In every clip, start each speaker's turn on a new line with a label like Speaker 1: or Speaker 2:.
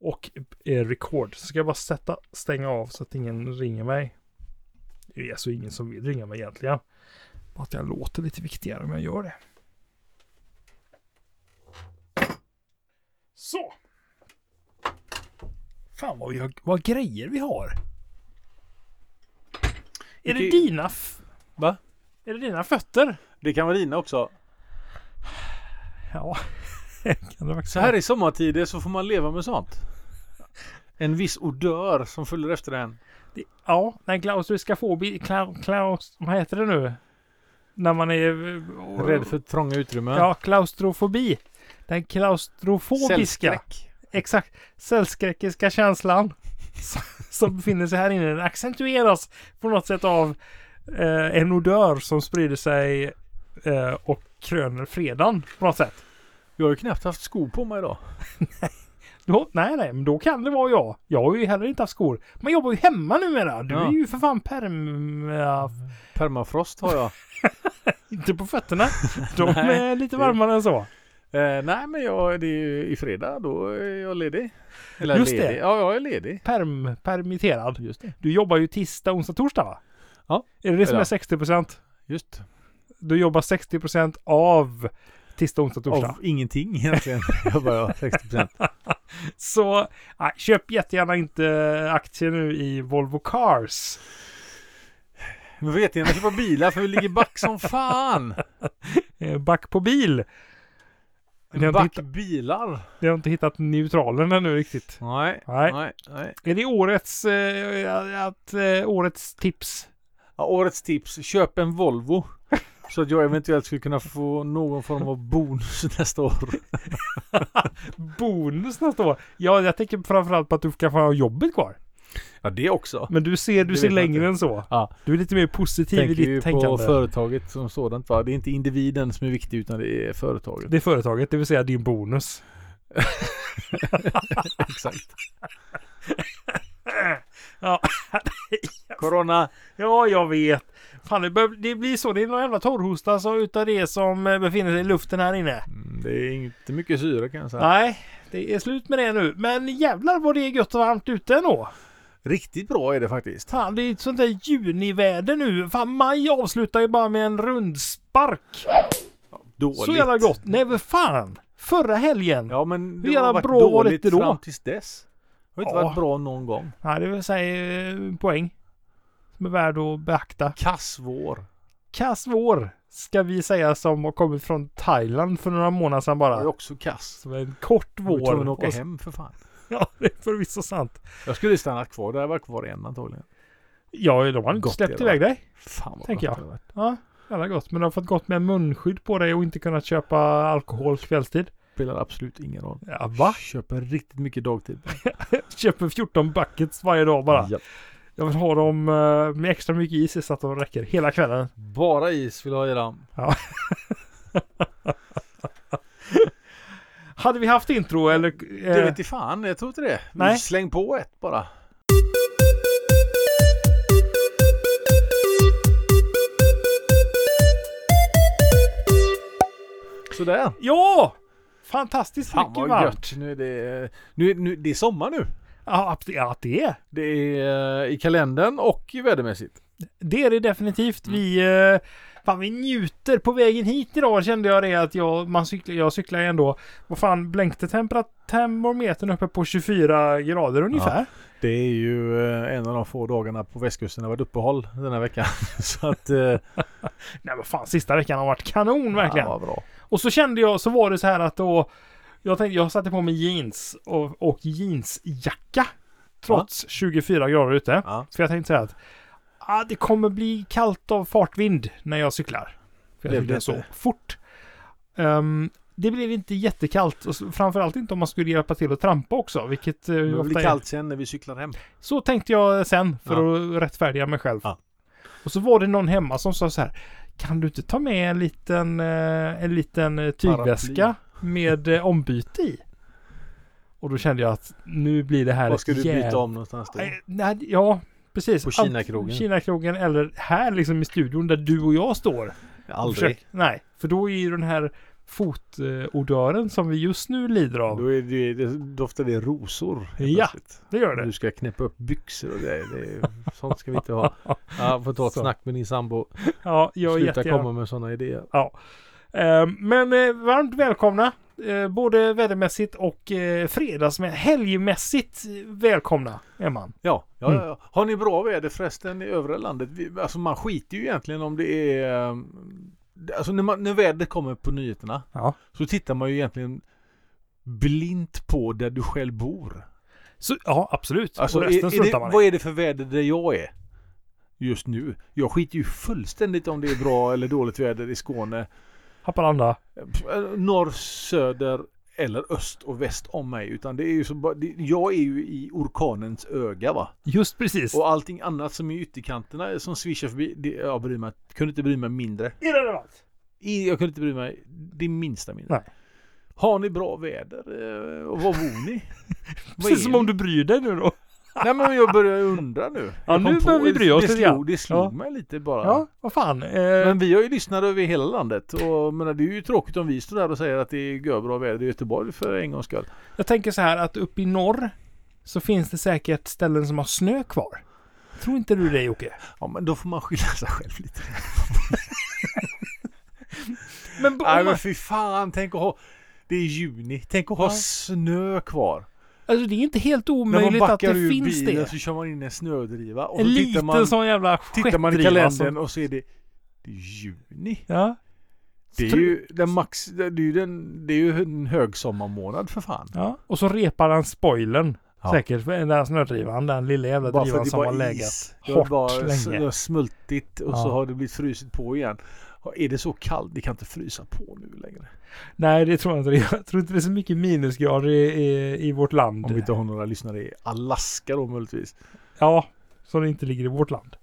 Speaker 1: och eh, record. Så ska jag bara sätta, stänga av så att ingen ringer mig. Det är alltså ingen som vill ringa mig egentligen. Bara att jag låter lite viktigare om jag gör det. Så. Fan vad, vi har, vad grejer vi har. Är det
Speaker 2: Vilket-
Speaker 1: dina... F-
Speaker 2: Va?
Speaker 1: Är det dina fötter?
Speaker 2: Det kan vara dina också.
Speaker 1: Ja. kan det faktiskt
Speaker 2: Så här i sommartider så får man leva med sånt. En viss odör som följer efter en.
Speaker 1: Det, ja, den klaustrofobiska fobi... Kla, klaus, vad heter det nu? När man är... eh,
Speaker 2: Rädd för trånga utrymmen.
Speaker 1: Ja, klaustrofobi. Den klaustrofobiska.
Speaker 2: Cellskräck.
Speaker 1: Exakt. Cellskräckiska känslan. som- som befinner sig här inne. Den accentueras på något sätt av eh, en odör som sprider sig eh, och kröner fredan på något sätt.
Speaker 2: Jag har ju knappt haft skor på mig idag.
Speaker 1: Då, nej, nej, men då kan det vara jag. Jag har ju heller inte haft skor. Man jobbar ju hemma numera. Du
Speaker 2: Ja.
Speaker 1: är ju för fan perm... ja,
Speaker 2: Permafrost har jag.
Speaker 1: Inte på fötterna. De
Speaker 2: Nej,
Speaker 1: är lite
Speaker 2: det-
Speaker 1: varmare än så.
Speaker 2: Eh, nej men jag, det är ju i fredag, då är jag ledig. Eller
Speaker 1: Just
Speaker 2: ledig.
Speaker 1: det.
Speaker 2: Ja, jag är ledig.
Speaker 1: Perm, permitterad.
Speaker 2: Just det.
Speaker 1: Du jobbar ju tisdag, onsdag, torsdag va?
Speaker 2: Ja.
Speaker 1: Är det det som
Speaker 2: Ja.
Speaker 1: är 60 procent?
Speaker 2: Just.
Speaker 1: Du jobbar 60 procent av tisdag, onsdag, torsdag.
Speaker 2: Av ingenting egentligen. jag bara 60%.
Speaker 1: Så nej, köp jättegärna inte aktier nu i Volvo Cars.
Speaker 2: Men vet ni, jag köpa bilar för vi ligger back som fan.
Speaker 1: Eh, Back på bil. Ni har, inte
Speaker 2: Back
Speaker 1: hittat,
Speaker 2: bilar.
Speaker 1: ni har inte hittat neutralen ännu riktigt.
Speaker 2: Nej.
Speaker 1: Nej.
Speaker 2: Nej. nej.
Speaker 1: Är det årets, eh, att, eh, årets tips?
Speaker 2: Ja, årets tips, köp en Volvo. Så att jag eventuellt skulle kunna få någon form av bonus nästa år.
Speaker 1: Bonus nästa år? Ja, jag tänker framförallt på att du kan få ha jobbet kvar.
Speaker 2: Ja, det också.
Speaker 1: Men du ser, du
Speaker 2: Det
Speaker 1: ser
Speaker 2: vet jag
Speaker 1: längre
Speaker 2: inte.
Speaker 1: än så.
Speaker 2: Ja.
Speaker 1: Du är lite mer positiv
Speaker 2: Tänker
Speaker 1: i
Speaker 2: ju
Speaker 1: ditt
Speaker 2: på
Speaker 1: tänkande.
Speaker 2: företaget som sådant va. Det är inte individen som är viktig utan det är företaget.
Speaker 1: Det är företaget, det vill säga din bonus.
Speaker 2: Exakt.
Speaker 1: Ja.
Speaker 2: Corona.
Speaker 1: ja, jag vet. Fan, det, bör, det blir så. Det är någon jävla torrhosta så utav det som eh, befinner sig i luften här inne.
Speaker 2: Mm, Det är inte mycket syre kan jag säga.
Speaker 1: Nej, det är slut med det nu. Men jävlar vad det är gött och varmt ute ändå.
Speaker 2: Riktigt bra är det faktiskt.
Speaker 1: Fan, det är ett sånt där juniväder nu. Fan, maj avslutar ju bara med en rundspark.
Speaker 2: Dåligt.
Speaker 1: Så jävla gott. Nej, vad fan. Förra helgen.
Speaker 2: Ja men
Speaker 1: Hur
Speaker 2: det
Speaker 1: jävla
Speaker 2: har varit
Speaker 1: bra var det
Speaker 2: dåligt
Speaker 1: inte då?
Speaker 2: fram tills dess. Det har inte
Speaker 1: Ja.
Speaker 2: varit bra någon gång.
Speaker 1: Ja, det vill säga eh, poäng. Som är värd att beakta.
Speaker 2: Kass vår.
Speaker 1: Kass vår ska vi säga som har kommit från Thailand för några månader sedan
Speaker 2: Det är
Speaker 1: bara.
Speaker 2: också kass.
Speaker 1: Som en kort
Speaker 2: Jag var
Speaker 1: vår.
Speaker 2: tvungen att åka
Speaker 1: Och-
Speaker 2: hem för fan.
Speaker 1: Ja, det är förvisso sant.
Speaker 2: Jag skulle stannat kvar. Där jag var kvar en antagligen.
Speaker 1: Ja, de har inte
Speaker 2: Gott
Speaker 1: släppt
Speaker 2: det var.
Speaker 1: iväg dig.
Speaker 2: Fan vad
Speaker 1: Tänker
Speaker 2: gott
Speaker 1: jag.
Speaker 2: det har varit.
Speaker 1: Ja, jävla gott. Men du har fått gått med munskydd på dig och inte kunnat köpa alkohol kvällstid.
Speaker 2: Spelar absolut ingen roll.
Speaker 1: Ja, va?
Speaker 2: Köper riktigt mycket dagtid.
Speaker 1: Köper 14 buckets varje dag bara.
Speaker 2: Ja.
Speaker 1: Jag vill ha dem eh, med extra mycket is i så att de räcker hela kvällen.
Speaker 2: Bara is vill jag ha i dem.
Speaker 1: Hade vi haft intro eller? eh,
Speaker 2: Det vet i fan. Jag tror inte det. Vi
Speaker 1: nej.
Speaker 2: Släng på ett bara. Sådär.
Speaker 1: Ja! Fantastiskt
Speaker 2: Fan
Speaker 1: mycket
Speaker 2: vad
Speaker 1: varmt.
Speaker 2: gött. Nu är det, nu, nu, det är sommar nu.
Speaker 1: Ja, att- ja, att det är.
Speaker 2: Det är eh, i kalendern och i vädermässigt.
Speaker 1: Det är det definitivt. Vi, eh, fan, vi njuter. På vägen hit idag kände jag det att jag, man cyklar, jag cyklar ju ändå. Vad fan, blänkte temperat- termometern uppe på 24 grader ungefär?
Speaker 2: Det är ju eh, en av de få dagarna på västkusten det har varit uppehåll den här veckan. Så att... eh,
Speaker 1: Nej men fan, sista veckan har varit kanon verkligen.
Speaker 2: Ja, vad bra.
Speaker 1: Och så kände jag, så var det så här att då, jag tänkte, jag satte på mig jeans och, och jeansjacka. Trots 24 grader ute.
Speaker 2: Ja.
Speaker 1: För jag tänkte så här att, ah, det kommer bli kallt av fartvind när jag cyklar. För jag
Speaker 2: Blev det
Speaker 1: cyklar så
Speaker 2: inte?
Speaker 1: fort. Ehm, det blev inte jättekallt och så- framförallt inte om man skulle hjälpa till att trampa också, vilket eh,
Speaker 2: Det
Speaker 1: ofta
Speaker 2: blir
Speaker 1: är.
Speaker 2: kallt sen när vi cyklar hem.
Speaker 1: Så tänkte jag sen för att rättfärdiga mig själv.
Speaker 2: Ja.
Speaker 1: Och så var det någon hemma som sa så här. Kan du inte ta med en liten, eh, en liten eh, tygväska med eh, ombyte i? Och då kände jag att nu blir det här
Speaker 2: Vad ska
Speaker 1: ett
Speaker 2: du
Speaker 1: jäv-
Speaker 2: byta om någonstans då?
Speaker 1: Nej, nej, ja, precis.
Speaker 2: På
Speaker 1: Allt-
Speaker 2: Kinakrogen?
Speaker 1: Kinakrogen eller här liksom i studion där du och jag står.
Speaker 2: Aldrig.
Speaker 1: Försök- nej, för då är ju den här fotodören som vi just nu lider av.
Speaker 2: Då är det, det doftar det rosor. helt
Speaker 1: Ja,
Speaker 2: plötsligt.
Speaker 1: Det gör det.
Speaker 2: Du ska knäppa upp byxor och grejer. Det är, sånt ska vi inte ha. Ja, får ta ett
Speaker 1: Så.
Speaker 2: snack med din sambo.
Speaker 1: Ja, jag är
Speaker 2: Sluta
Speaker 1: jättegärna.
Speaker 2: komma med sådana idéer.
Speaker 1: Eh, Men eh, varmt välkomna. eh, Både vädermässigt och eh, fredags, men helgmässigt eh, välkomna är man.
Speaker 2: Ja, ja,
Speaker 1: Mm.
Speaker 2: ja. ja. Har ni bra väder förresten i övriga landet? Vi, alltså man skiter ju egentligen om det är... ehm, Alltså när, man, när vädret kommer på nyheterna
Speaker 1: Ja.
Speaker 2: så tittar man ju egentligen blint på där du själv bor.
Speaker 1: Så, ja, absolut.
Speaker 2: Alltså,
Speaker 1: och
Speaker 2: är,
Speaker 1: resten
Speaker 2: är
Speaker 1: struntar
Speaker 2: det,
Speaker 1: man i.
Speaker 2: vad är det för väder där jag är just nu? Jag skiter ju fullständigt om det är bra eller dåligt väder i Skåne.
Speaker 1: Haparanda.
Speaker 2: Pff, eh, Norr, söder eller öst och väst om mig. Utan det är ju så, bara- det, jag är ju i orkanens öga va.
Speaker 1: Just precis.
Speaker 2: Och allting annat som är i ytterkanterna som svischar förbi, det, jag bryr mig, kunde inte bry mig mindre.
Speaker 1: Irrelevant.
Speaker 2: I, jag kunde inte bry mig det minsta mindre.
Speaker 1: Nej.
Speaker 2: Har ni bra väder? Eh, Och var bor ni? Vad är
Speaker 1: Precis som
Speaker 2: ni?
Speaker 1: om du bryr dig nu då.
Speaker 2: Nej men jag börjar undra nu. Jag kom
Speaker 1: nu börjar vi bry oss
Speaker 2: det
Speaker 1: lite grann.
Speaker 2: slog, det slog
Speaker 1: Ja.
Speaker 2: mig lite bara.
Speaker 1: Ja, vad fan. Eh,
Speaker 2: Men vi har ju lyssnare över hela landet och men det är ju tråkigt om vi står där och säger att det är görbra väder i Göteborg för en gångs skull.
Speaker 1: Jag tänker så här att uppe i norr så finns det säkert ställen som har snö kvar. Tror inte du det Jocke?
Speaker 2: Ja men då får man skylla sig själv lite.
Speaker 1: Men, b-
Speaker 2: Nej
Speaker 1: om man,
Speaker 2: men fy fan, tänk att ha... Det är juni, tänk att ha
Speaker 1: Ja.
Speaker 2: snö kvar.
Speaker 1: alltså det är inte helt
Speaker 2: När man
Speaker 1: omöjligt att
Speaker 2: backar
Speaker 1: det
Speaker 2: ur
Speaker 1: finns
Speaker 2: bilen
Speaker 1: det.
Speaker 2: så kör man in en snödriva och
Speaker 1: En
Speaker 2: så tittar
Speaker 1: liten
Speaker 2: man,
Speaker 1: sån jävla
Speaker 2: tittar man i
Speaker 1: skeppdriva alltså.
Speaker 2: kalendern
Speaker 1: som-
Speaker 2: och så är det, det är juni.
Speaker 1: Ja.
Speaker 2: Det är
Speaker 1: Tror-
Speaker 2: ju den max, det är ju, den, det är ju en högsommarmånad för fan.
Speaker 1: Ja. Och så repar han spoilern.
Speaker 2: Ja.
Speaker 1: Säkert. för Den där snödrivan, den lilla jävla
Speaker 2: Bara för
Speaker 1: drivan
Speaker 2: att det
Speaker 1: som har
Speaker 2: var
Speaker 1: legat.
Speaker 2: is. Det har
Speaker 1: hårt
Speaker 2: bara s-
Speaker 1: länge.
Speaker 2: det har smultit och så
Speaker 1: Ja.
Speaker 2: har det blivit frusit på igen. Ja, Är det så kallt? Det kan inte frysa på nu längre.
Speaker 1: Nej, det tror jag inte. Jag tror inte det är så mycket minusgrader i, i, i vårt land.
Speaker 2: Om vi inte har några lyssnare i Alaska då möjligtvis.
Speaker 1: Ja, så det inte ligger i vårt land.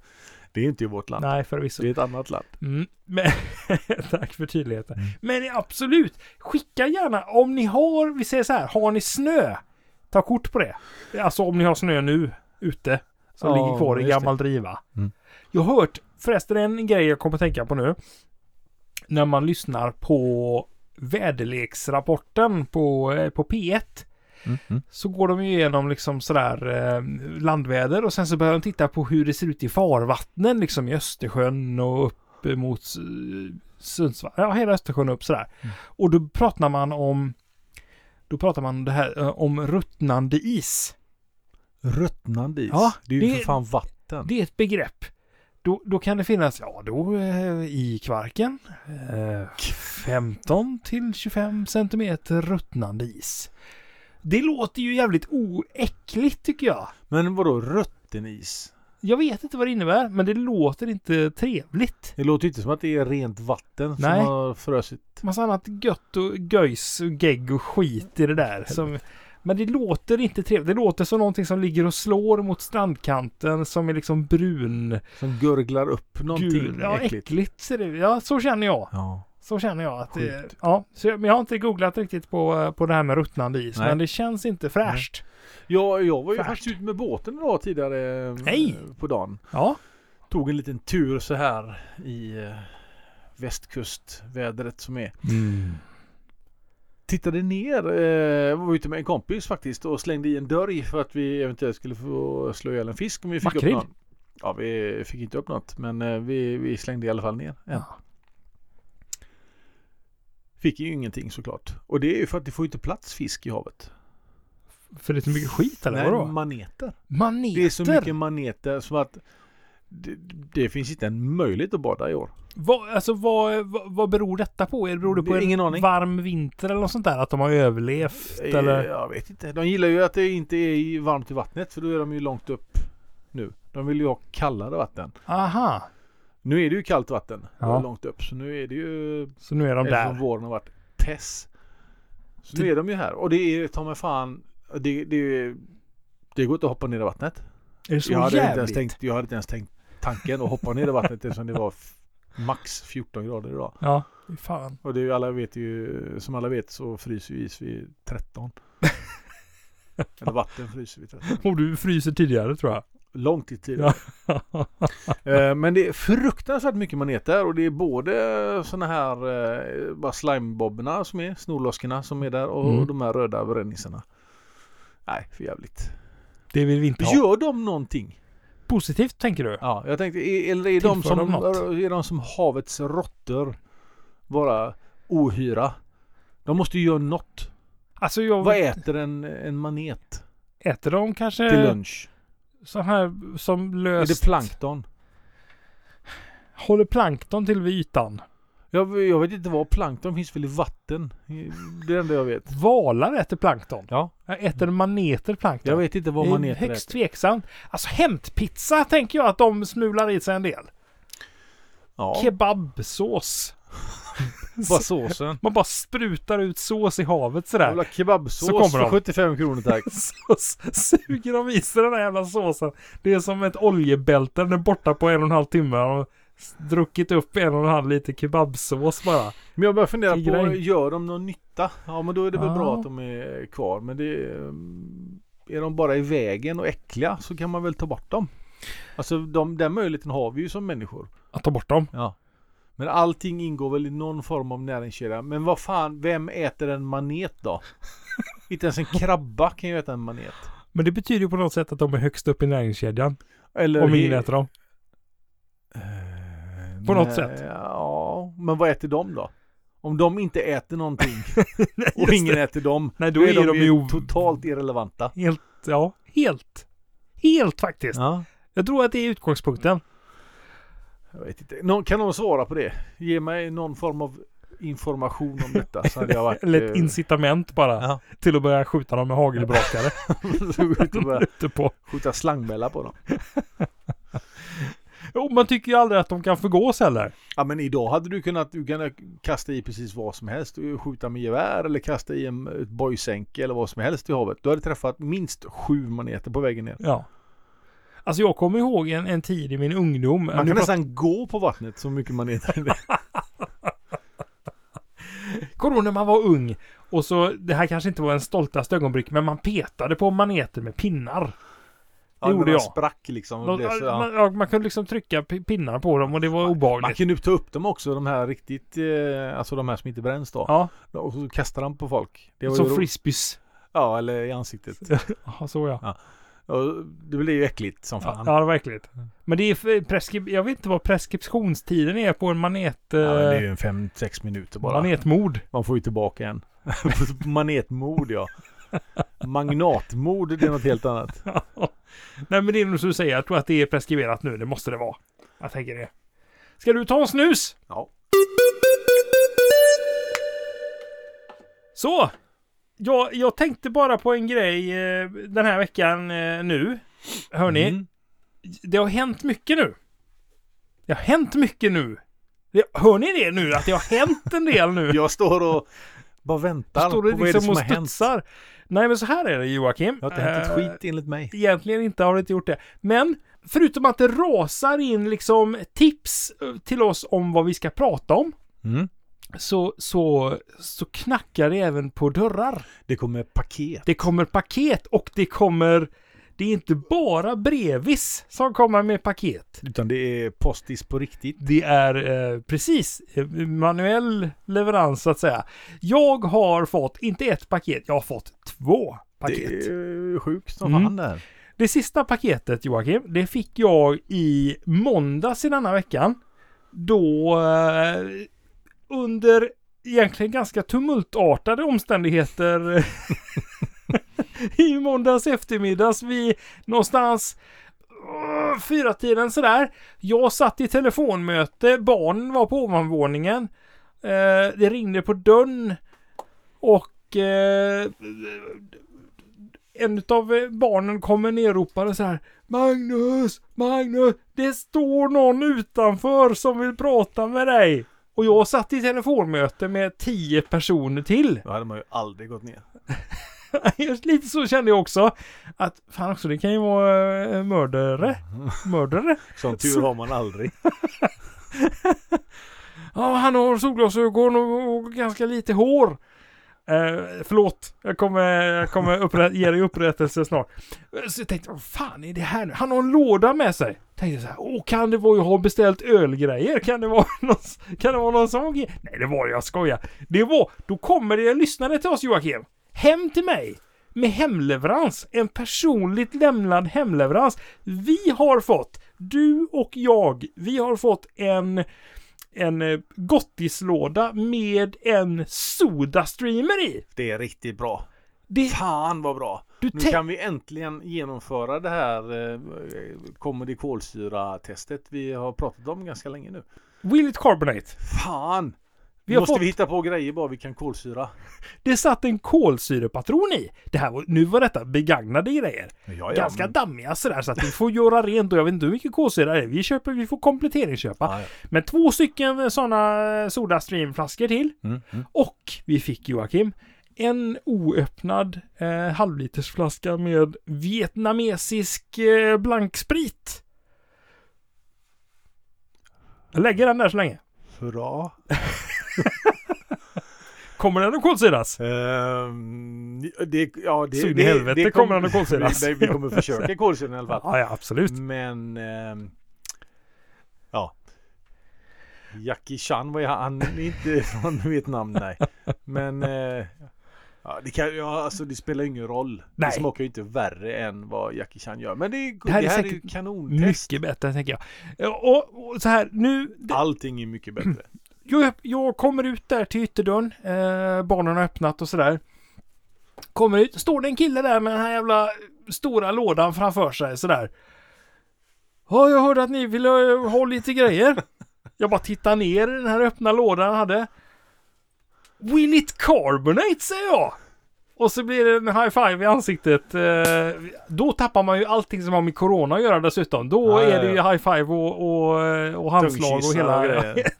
Speaker 2: Det är inte i vårt land.
Speaker 1: Nej, förvisso.
Speaker 2: Det är ett annat land.
Speaker 1: Mm, men, tack för tydligheten.
Speaker 2: Mm.
Speaker 1: Men absolut, skicka gärna om ni har, vi säger så här, har ni snö? Ta kort på det. Alltså om ni har snö nu ute som
Speaker 2: Ja,
Speaker 1: ligger kvar i
Speaker 2: just det.
Speaker 1: gammal driva.
Speaker 2: Mm.
Speaker 1: Jag har hört, förresten en grej jag kommer att tänka på nu. När man lyssnar på väderleksrapporten på, eh, på P1 Mm, så går de ju igenom liksom sådär eh, landväder och sen så börjar de titta på hur det ser ut i farvattnen liksom i Östersjön och upp mot eh, Sundsvall. Ja, hela Östersjön upp sådär.
Speaker 2: Mm.
Speaker 1: Och då pratar man om då pratar man det här eh, om ruttnande is.
Speaker 2: Ruttnande is.
Speaker 1: Ja,
Speaker 2: det är ju
Speaker 1: det-
Speaker 2: för fan vatten.
Speaker 1: Det är ett begrepp. Då, då kan det finnas, ja då eh, i Kvarken, eh, 15 till 25 centimeter ruttnande is. Det låter ju jävligt oäckligt tycker jag.
Speaker 2: Men vadå rutten is?
Speaker 1: Jag vet inte vad det innebär, men det låter inte trevligt.
Speaker 2: Det låter ju inte som att det är rent vatten
Speaker 1: Nej.
Speaker 2: som har frösit.
Speaker 1: Massa annat gött och göjs och gegg och skit i det där. Som, men det låter inte trevligt. Det låter som någonting som ligger och slår mot strandkanten som är liksom brun.
Speaker 2: Som gurglar upp någonting
Speaker 1: Gul. Ja, äckligt.
Speaker 2: äckligt.
Speaker 1: ser det ut. Ja, så känner jag.
Speaker 2: Ja.
Speaker 1: Så känner jag. Att, det-
Speaker 2: Skit.
Speaker 1: ja, så jag, men jag har inte googlat riktigt på, eh, på det här med ruttnande is.
Speaker 2: Nej.
Speaker 1: Men det känns inte fräscht.
Speaker 2: Jag, jag var ju
Speaker 1: Fräscht.
Speaker 2: faktiskt ute med båten idag tidigare eh,
Speaker 1: Nej.
Speaker 2: på dagen.
Speaker 1: Ja,
Speaker 2: Tog en liten tur så här i eh, västkustvädret som är. Tittade ner, eh, var ute med en kompis faktiskt och slängde i en dörr för att vi eventuellt skulle få slå ihjäl en fisk om vi fick
Speaker 1: Makrill?
Speaker 2: upp någon. Ja, vi fick inte upp något men eh, vi, vi slängde i alla fall ner en. Fick ju ingenting såklart. Och det är ju för att det får ju inte plats fisk i havet.
Speaker 1: för det är så mycket skit eller
Speaker 2: Nej,
Speaker 1: vadå?
Speaker 2: maneter.
Speaker 1: Maneter?
Speaker 2: Det är så mycket maneter så att det, det finns inte en möjlighet att bada i år.
Speaker 1: Vad, alltså vad, vad, vad beror detta på? Är- Beror det på
Speaker 2: Det är
Speaker 1: en
Speaker 2: ingen aning.
Speaker 1: varm vinter eller något sånt där? Att de har överlevt
Speaker 2: Eh,
Speaker 1: eller?
Speaker 2: Jag vet inte. De gillar ju att det inte är i- varmt i vattnet för då är de ju långt upp nu. De vill ju ha kallare vatten.
Speaker 1: Aha,
Speaker 2: Nu är det ju kallt vatten eh,
Speaker 1: Ja.
Speaker 2: långt upp så nu är det ju
Speaker 1: så nu är de
Speaker 2: eftersom
Speaker 1: där.
Speaker 2: våren har varit tess. Så nu
Speaker 1: Det-
Speaker 2: är de ju här och det är ta mig fan det, det, det går inte att hoppa ner i vattnet.
Speaker 1: Är det så
Speaker 2: jag, hade inte ens
Speaker 1: jävligt?
Speaker 2: tänkt, jag hade inte ens tänkt tanken att hoppa ner i vattnet eftersom det var f- max 14 grader idag.
Speaker 1: Ja, fy fan.
Speaker 2: Och det är ju alla vet ju, som alla vet så fryser ju is vid 13. Eller vatten fryser vid 13.
Speaker 1: Och du fryser tidigare tror jag.
Speaker 2: lång tid tidigare. Eh, Men det är fruktansvärt mycket maneter och det är både sådana här eh, bara slimebobberna som är, snorloskorna som är där och
Speaker 1: Mm.
Speaker 2: de här röda överrennisarna. Nej, för jävligt.
Speaker 1: Det vill vi inte ha.
Speaker 2: Gör de någonting?
Speaker 1: Positivt tänker du?
Speaker 2: Ja, jag tänkte, är, eller är de,
Speaker 1: Tillför
Speaker 2: som,
Speaker 1: de något?
Speaker 2: är de som havets råttor bara ohyra? De måste ju göra något.
Speaker 1: Alltså jag
Speaker 2: Vad äter en, en manet
Speaker 1: äter de kanske
Speaker 2: till lunch?
Speaker 1: så här som
Speaker 2: Är
Speaker 1: löst
Speaker 2: det plankton?
Speaker 1: håller plankton till vid ytan.
Speaker 2: Jag, jag vet inte vad plankton finns väl i vatten? Det är det enda jag vet.
Speaker 1: Valar äter plankton.
Speaker 2: Ja.
Speaker 1: Äter maneter plankton?
Speaker 2: Jag vet inte vad
Speaker 1: Det är
Speaker 2: maneter
Speaker 1: högst
Speaker 2: äter.
Speaker 1: tveksamt. Alltså hämtpizza tänker jag att de smular i sig en del.
Speaker 2: Ja,
Speaker 1: Kebabsås.
Speaker 2: bara såsen.
Speaker 1: Man bara sprutar ut sås i havet sådär.
Speaker 2: Jävla kebabsås
Speaker 1: Så kommer
Speaker 2: för
Speaker 1: de.
Speaker 2: 75 kronor tack.
Speaker 1: Så s- suger de i sig den här jävla såsen. Det är som ett oljebälte. Den är borta på en och en halv timme. De har s- druckit upp en och en halv liter kebabsås bara.
Speaker 2: Men jag börjar fundera
Speaker 1: Vilken
Speaker 2: på,
Speaker 1: grej.
Speaker 2: gör de någon nytta? Ja men då är det väl
Speaker 1: Ja.
Speaker 2: bra att de är kvar. Men det, ehm, är de bara i vägen och äckliga så kan man väl ta bort dem. Alltså de, den möjligheten har vi ju som människor.
Speaker 1: Att ta bort dem.
Speaker 2: Ja. Men allting ingår väl i någon form av näringskedja. Men vad fan, vem äter en manet då? Inte ens en krabba kan ju äta en manet.
Speaker 1: Men det betyder ju på något sätt att de är högst upp i näringskedjan.
Speaker 2: Eller
Speaker 1: Om ingen
Speaker 2: he-
Speaker 1: äter dem. På något
Speaker 2: Eh, Nej,
Speaker 1: sätt.
Speaker 2: Ja, men vad äter de då? Om de inte äter någonting
Speaker 1: Just
Speaker 2: och ingen
Speaker 1: det.
Speaker 2: äter dem,
Speaker 1: Nej, då är de, ju o-
Speaker 2: totalt irrelevanta.
Speaker 1: helt, ja, helt. Helt faktiskt.
Speaker 2: Ja.
Speaker 1: Jag tror att det är utgångspunkten.
Speaker 2: Jag vet inte. Någon, kan någon svara på det? Ge mig någon form av information om detta så hade jag varit...
Speaker 1: Eller ett
Speaker 2: eh,
Speaker 1: incitament bara.
Speaker 2: Ja.
Speaker 1: Till att börja skjuta dem med hagelbrakare.
Speaker 2: så gå ut och börja
Speaker 1: ute på.
Speaker 2: skjuta slangmälla på dem.
Speaker 1: Och man tycker ju aldrig att de kan förgås heller.
Speaker 2: Ja men idag hade du kunnat, du kan kasta i precis vad som helst. Du Skjuta med gevär eller kasta i en, ett bojsänke eller vad som helst i havet. Du hade träffat minst sju maneter på vägen ner.
Speaker 1: Ja. Alltså jag kommer ihåg en, en tid i min ungdom.
Speaker 2: Man
Speaker 1: Nu
Speaker 2: kan
Speaker 1: pratar-
Speaker 2: nästan gå på vattnet så mycket maneter det är.
Speaker 1: Kommer du ihåg när man var ung? Och så, det här kanske inte var en stoltaste ögonblick, men man petade på maneter med pinnar.
Speaker 2: Ja,
Speaker 1: gjorde
Speaker 2: när
Speaker 1: jag.
Speaker 2: Man sprack liksom. Och
Speaker 1: De,
Speaker 2: blev så, ja.
Speaker 1: man, ja, man kunde liksom trycka p- pinnar på dem och det var
Speaker 2: Man
Speaker 1: obehagligt.
Speaker 2: kan ju ta upp dem också, de här riktigt, eh, alltså de här som inte bränns då.
Speaker 1: Ja,
Speaker 2: Och så kastar de på folk. Det var ju
Speaker 1: som
Speaker 2: ro-
Speaker 1: frisbees.
Speaker 2: Ja, eller i ansiktet.
Speaker 1: Ja, så ja.
Speaker 2: Och det blir ju äckligt som fan.
Speaker 1: Ja, det var äckligt. Men det är för- preskri- jag vet inte vad preskriptionstiden är på en manet...
Speaker 2: Ja, men det är
Speaker 1: eh,
Speaker 2: ju en fem, sex minuter bara.
Speaker 1: manetmord.
Speaker 2: Man får ju tillbaka en. Manetmord ja. Magnatmord, det är något helt annat.
Speaker 1: Nej men det är nog som du säger, jag tror att det är preskriberat nu. Det måste det vara. Jag tänker det. Ska du ta en snus?
Speaker 2: Ja.
Speaker 1: Så! Jag, jag tänkte bara på en grej eh, den här veckan eh, nu. Hörni,
Speaker 2: Mm.
Speaker 1: det har hänt mycket nu. Det har hänt mycket nu. Det, hör ni det nu? Att det har hänt en del nu?
Speaker 2: Jag står och bara väntar
Speaker 1: Står
Speaker 2: på
Speaker 1: det
Speaker 2: vad är det
Speaker 1: liksom
Speaker 2: som
Speaker 1: och
Speaker 2: har hänt.
Speaker 1: studsar? Nej men så här är det Joakim.
Speaker 2: Det har inte hänt ett
Speaker 1: Eh,
Speaker 2: skit enligt mig.
Speaker 1: egentligen inte har det inte gjort det. Men förutom att det rasar in liksom tips eh, till oss om vad vi ska prata om
Speaker 2: Mm.
Speaker 1: så, så, så knackar det även på dörrar.
Speaker 2: Det kommer paket.
Speaker 1: Det kommer paket och det kommer det är inte bara Brevis som kommer med paket.
Speaker 2: Utan det är postis på riktigt.
Speaker 1: Det är eh, precis eh, manuell leverans så att säga. Jag har fått, inte ett paket, jag har fått två paket.
Speaker 2: Det är sjukt som
Speaker 1: Mm.
Speaker 2: fan det här.
Speaker 1: Det sista paketet Joakim, det fick jag i måndags i denna veckan. Då eh, under egentligen ganska tumultartade omständigheter i måndags eftermiddags vid någonstans uh, fyra tiden sådär. Jag satt i telefonmöte, barnen var på ovanvåningen. Eh, det ringde på dörren och eh, en av barnen kommer nerropande så här Magnus, Magnus, det står någon utanför som vill prata med dig. Och jag satt i telefonmöte med tio personer till.
Speaker 2: Då hade man ju aldrig gått ner.
Speaker 1: Just Lite så kände jag också. Att fan också, det kan ju vara eh, mördare. Mördare.
Speaker 2: Som
Speaker 1: Så-
Speaker 2: tur har man aldrig.
Speaker 1: Ja, han har solglasögon och, och ganska lite hår. Eh, förlåt, jag kommer, jag kommer upprä- ge dig upprättelse snart. Eh, Så jag tänkte, vad fan är det här nu? Han har en låda med sig. Tänkte så här, åh kan det vara jag har beställt ölgrejer? Kan det vara någon, kan det vara någon som har ge-" Nej det var det, jag skojar. Det var, då kommer det en lyssnare till oss Joakim. Hem till mig. Med hemleverans. En personligt lämnad hemleverans. Vi har fått, du och jag, vi har fått en en eh, gottislåda med en Sodastreamer i.
Speaker 2: Det är riktigt bra.
Speaker 1: Det,
Speaker 2: Fan vad bra.
Speaker 1: du
Speaker 2: Nu
Speaker 1: tänk-
Speaker 2: kan vi äntligen genomföra det här eh, Comedy kolsyra-testet vi har pratat om ganska länge nu.
Speaker 1: Will it carbonate?
Speaker 2: Fan!
Speaker 1: Vi
Speaker 2: Vi
Speaker 1: har
Speaker 2: måste
Speaker 1: fått-
Speaker 2: vi hitta på grejer bara vi kan kolsyra.
Speaker 1: Det satt en kolsyrepatron i. Det här var, nu var detta begagnade grejer.
Speaker 2: Ja,
Speaker 1: Ganska dammiga sådär så att vi får göra rent och jag vet inte hur mycket kolsyra det är. Vi köper, vi får kompletteringsköpa.
Speaker 2: Ja, ja.
Speaker 1: Men två stycken sådana Sodastream-flaskor till.
Speaker 2: Mm, mm.
Speaker 1: Och vi fick Joakim en oöppnad eh, halvlitersflaska med vietnamesisk eh, blanksprit. Jag lägger den där så länge.
Speaker 2: Hurra!
Speaker 1: Kommer den att kolsyras?
Speaker 2: Ehm, det, ja, det,
Speaker 1: Så in i helvete kommer han att kolsyras.
Speaker 2: Nej, vi kommer försöka kolsyra den i alla fall.
Speaker 1: Ja, ja absolut.
Speaker 2: Men... ehm, ja. Jackie Chan var ju han, är inte från Vietnam nej. Men... eh, ja, det, kan, ja, alltså, det spelar ju ingen roll.
Speaker 1: Nej.
Speaker 2: Det smakar ju inte värre än vad Jackie Chan gör. Men det, är-
Speaker 1: Det här är
Speaker 2: det här är ju
Speaker 1: säkert
Speaker 2: kanontest.
Speaker 1: Mycket bättre tänker jag. Ja, Och, och så här, nu... Det,
Speaker 2: Allting är mycket bättre.
Speaker 1: jag, jag kommer ut där till ytterdörren. Eh, barnen har öppnat och sådär. Kommer ut. Står det en kille där med den här jävla stora lådan framför sig sådär. Ja, jag hörde att ni ville eh, ha lite grejer. Jag bara tittar ner i den här öppna lådan han hade. Will it carbonate säger jag. Och så blir det en high five i ansiktet. Eh, då tappar man ju allting som har med corona att göra dessutom. Då
Speaker 2: Ja, ja,
Speaker 1: är det ju
Speaker 2: ja.
Speaker 1: high five och, och, eh, och handslag och
Speaker 2: Tungkyssar
Speaker 1: hela
Speaker 2: och
Speaker 1: grejen.
Speaker 2: grejer.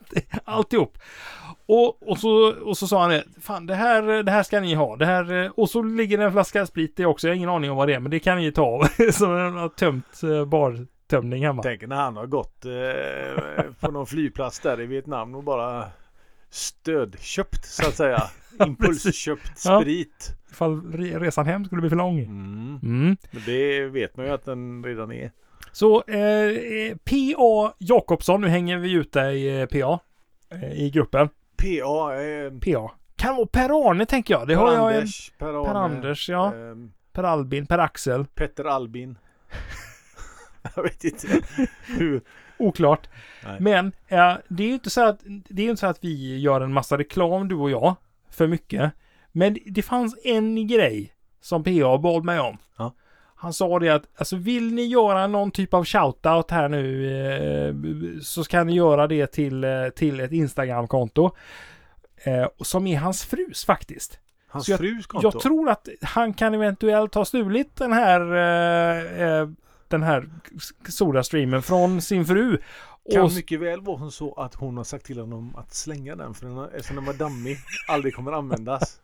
Speaker 1: Alltihop. Och, och, så, och så sa han det. Fan, det här, det här ska ni ha. Det här, eh," och så ligger det en flaska sprit i också. Jag har ingen aning om vad det är, men det kan ni ta. Som en har tömt eh, bartömning hemma.
Speaker 2: Tänk när han har gått eh, på någon flygplats där i Vietnam och bara stödköpt så att säga. Impulsköpt
Speaker 1: Ja.
Speaker 2: sprit.
Speaker 1: Ifall re- resan hem skulle bli för lång.
Speaker 2: Mm.
Speaker 1: Mm.
Speaker 2: Men det vet man ju att den redan är.
Speaker 1: Så eh, eh, P.A. Jakobsson, nu hänger vi ut dig eh, P.A. eh, i gruppen.
Speaker 2: PA, eh,
Speaker 1: P.A. Kan vara Per-Arne tänker jag. Det har jag en...
Speaker 2: Anders, Per Arne,
Speaker 1: Per-Anders, ja.
Speaker 2: eh,
Speaker 1: Per-Albin, Per-Axel.
Speaker 2: Petter Albin. jag vet inte hur.
Speaker 1: Oklart.
Speaker 2: Nej.
Speaker 1: Men eh, det är ju inte så att, det är ju inte så att vi gör en massa reklam du och jag. För mycket. Men det fanns en grej som PA bad mig om.
Speaker 2: Ja.
Speaker 1: Han sa det att alltså vill ni göra någon typ av shoutout här nu eh, b- b- så ska ni göra det till, eh, till ett Instagram-konto. Eh, och som är hans frus faktiskt.
Speaker 2: Hans
Speaker 1: Så jag-
Speaker 2: frus konto.
Speaker 1: Jag tror att han kan eventuellt ha stulit den här eh, eh, den här Soda-streamen från sin fru.
Speaker 2: kan
Speaker 1: Och-
Speaker 2: mycket väl vara som så att hon har sagt till honom att slänga den för den har, eftersom den var dammig, aldrig kommer användas.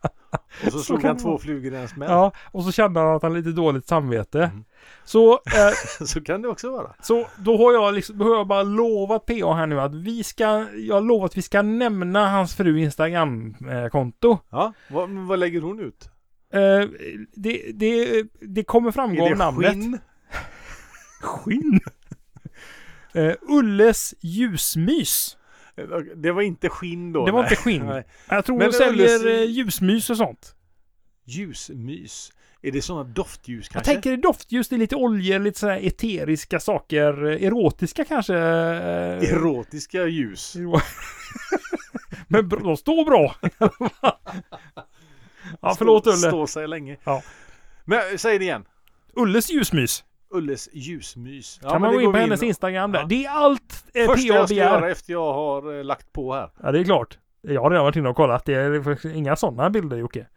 Speaker 2: Och så slog
Speaker 1: kan
Speaker 2: han
Speaker 1: det
Speaker 2: två
Speaker 1: vara.
Speaker 2: flugor i en smäll.
Speaker 1: Ja, och så kände han att han hade lite dåligt samvete.
Speaker 2: Mm.
Speaker 1: Så, eh,
Speaker 2: Så kan det också vara.
Speaker 1: så då har jag, liksom, då har jag bara lovat PA här nu att vi ska, jag har lovat att vi ska nämna hans fru Instagram-konto.
Speaker 2: Ja, vad, men vad lägger hon ut?
Speaker 1: Eh, det, det, det kommer framgå av namnet.
Speaker 2: skinn?
Speaker 1: Skinn? Eh, Ulles ljusmys.
Speaker 2: Eh, Det var inte skinn då.
Speaker 1: det var
Speaker 2: nej.
Speaker 1: inte skinn.
Speaker 2: Nej.
Speaker 1: Jag tror
Speaker 2: Men
Speaker 1: hon säljer
Speaker 2: Ulles-
Speaker 1: eh, ljusmys och sånt.
Speaker 2: Ljusmys. Är det sådana doftljus
Speaker 1: Jag
Speaker 2: kanske?
Speaker 1: tänker i doftljus, det är lite oljor, lite sådär eteriska saker. eh, Erotiska kanske. eh,
Speaker 2: Erotiska ljus.
Speaker 1: Jo. Men br- de står bra. ja, förlåt
Speaker 2: Stå-
Speaker 1: Ulle.
Speaker 2: Står sig länge.
Speaker 1: Ja.
Speaker 2: Men eh, säg det igen.
Speaker 1: Ulles ljusmys.
Speaker 2: Ulles ljusmys. Ja,
Speaker 1: Kan
Speaker 2: men
Speaker 1: man
Speaker 2: det
Speaker 1: gå in
Speaker 2: går
Speaker 1: på
Speaker 2: vi
Speaker 1: hennes
Speaker 2: och-
Speaker 1: Instagram där.
Speaker 2: Ja.
Speaker 1: Det är allt eh,
Speaker 2: Första
Speaker 1: PA
Speaker 2: jag ska
Speaker 1: begär.
Speaker 2: göra efter jag har eh, lagt på här.
Speaker 1: Ja, det är klart. Jag har redan varit inne och kollat. Det är faktiskt inga sådana bilder Jocke.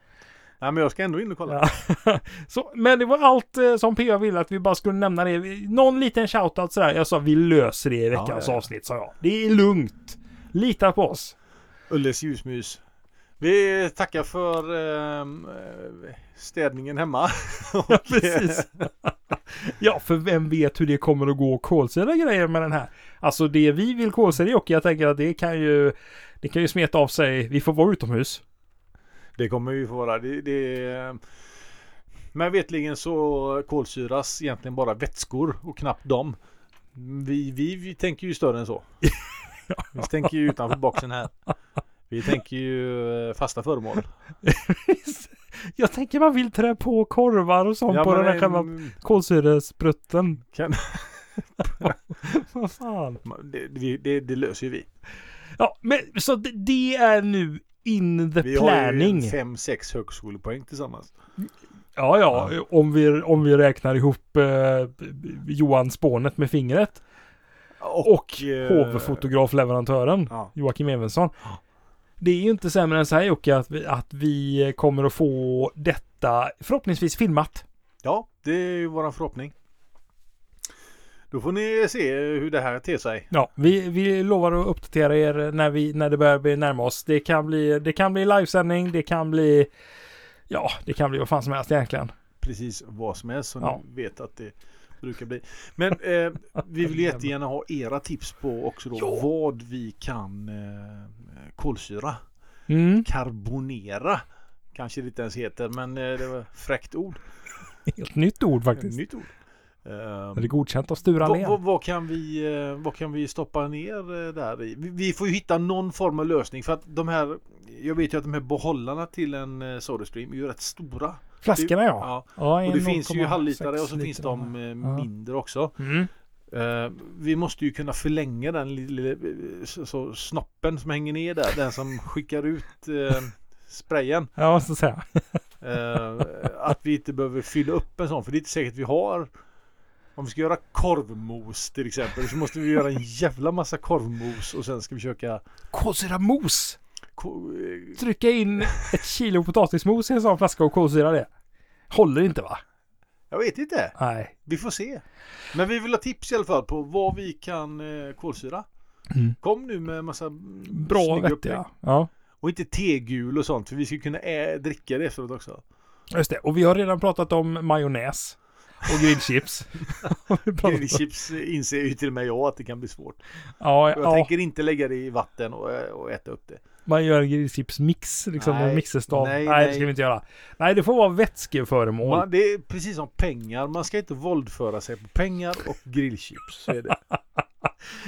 Speaker 2: Nej, men jag ska ändå in och kolla.
Speaker 1: Ja. Så, men det var allt eh, som PA ville att vi bara skulle nämna det. Vi- Någon liten shoutout sådär. Jag sa vi löser det i veckans
Speaker 2: Ja, ja, ja.
Speaker 1: avsnitt sa jag. Det är lugnt. Lita på oss.
Speaker 2: Ulles ljusmys. Vi tackar för ehm, eh, städningen hemma.
Speaker 1: Ja, precis. ja, för vem vet hur det kommer att gå att kolsyra grejer med den här. Alltså det vi vill kolsyra och jag tänker att det kan ju det kan ju smeta av sig. Vi får vara utomhus.
Speaker 2: Det kommer ju få vara. Det, det, men vetligen så kolsyras egentligen bara vätskor och knappt dem. Vi, vi, vi tänker ju större än så. Vi tänker ju utanför boxen här. Vi tänker ju eh, fasta föremål.
Speaker 1: Jag tänker man vill trä på korvar och sånt
Speaker 2: Ja,
Speaker 1: på
Speaker 2: men ehm,
Speaker 1: den här
Speaker 2: en-
Speaker 1: själva kolsyresprutten.
Speaker 2: Kan-
Speaker 1: Vad fan.
Speaker 2: det, det, det, det löser ju vi.
Speaker 1: Ja, men så det, det är nu in the
Speaker 2: Vi
Speaker 1: planning.
Speaker 2: har ju fem, sex högskolepoäng tillsammans.
Speaker 1: Ja, ja, Om, vi, om vi räknar ihop eh, Johan Spånet med fingret.
Speaker 2: Och,
Speaker 1: Och
Speaker 2: eh,
Speaker 1: HV-fotografleverantören
Speaker 2: Ja.
Speaker 1: Joakim Evensson. Det är ju inte sämre än så här Jocke att vi, att vi kommer att få detta förhoppningsvis filmat.
Speaker 2: ja, det är ju våran förhoppning. Då får ni se hur det här ter sig.
Speaker 1: Ja, vi, vi lovar att uppdatera er när, vi, när det börjar bli närma oss. Det kan bli, det kan bli livesändning, det kan bli... Ja, det kan bli vad fan som helst egentligen.
Speaker 2: Precis vad som helst som
Speaker 1: Ja.
Speaker 2: ni vet att det brukar bli. Men eh, vi vill ju jättegärna ha era tips på också då
Speaker 1: Ja.
Speaker 2: vad vi kan eh, kolsyra.
Speaker 1: Mm,
Speaker 2: Karbonera. Kanske det inte ens heter men eh, det var ett fräckt ord.
Speaker 1: helt nytt ord
Speaker 2: Ett
Speaker 1: faktiskt.
Speaker 2: Nytt ord. Ehm,
Speaker 1: Det är godkänt av Sture
Speaker 2: Vad,
Speaker 1: Allén.
Speaker 2: vad, vad, kan vi, eh, vad kan vi stoppa ner eh, där i? Vi, vi får ju hitta någon form av lösning för att de här Jag vet ju att de här behållarna till en eh, Sodastream är ju rätt stora.
Speaker 1: Flaskorna ja.
Speaker 2: Ja.
Speaker 1: ja
Speaker 2: Och det
Speaker 1: en
Speaker 2: finns ju
Speaker 1: 0,6
Speaker 2: halvlitare och så
Speaker 1: liter.
Speaker 2: finns de eh,
Speaker 1: Ja.
Speaker 2: mindre också.
Speaker 1: Mm.
Speaker 2: Eh, Vi måste ju kunna förlänga den lilla eh, så, så, snoppen som hänger ner där. Den som skickar ut eh, sprayen.
Speaker 1: Ja, vad ska jag säga.
Speaker 2: Eh, att vi inte behöver fylla upp en sån för det är inte säkert vi har. Om vi ska göra korvmos till exempel så måste vi göra en jävla massa korvmos och sen ska vi försöka
Speaker 1: Kolsyra mos!
Speaker 2: ko- eh,
Speaker 1: Trycka in ett kilo potatismos i en sån flaska och kolsyra det. Håller inte va?
Speaker 2: Jag vet inte.
Speaker 1: Nej.
Speaker 2: Vi får se. Men vi vill ha tips i alla fall på vad vi kan eh, kolsyra.
Speaker 1: Mm.
Speaker 2: Kom nu med en massa
Speaker 1: Bra
Speaker 2: snygga
Speaker 1: vettiga. Ja.
Speaker 2: Och inte tegul och sånt för vi ska kunna ä- dricka det efteråt också.
Speaker 1: Just det. Och vi har redan pratat om majonnäs. Och grillchips. Och vi pratar-
Speaker 2: Grillchips eh, inser ju till och med jag att det kan bli svårt.
Speaker 1: ja,
Speaker 2: Och Jag
Speaker 1: ja.
Speaker 2: tänker inte lägga det i vatten och, ä- och äta upp det.
Speaker 1: man gör en grillchipsmix liksom med
Speaker 2: Nej.
Speaker 1: en mixerstav. Nej,
Speaker 2: Nej,
Speaker 1: det ska
Speaker 2: nej.
Speaker 1: vi inte göra. Nej, det får vara vätskeföremål.
Speaker 2: Man, det är precis som pengar. Man ska inte våldföra sig på pengar och grillchips. Så är det.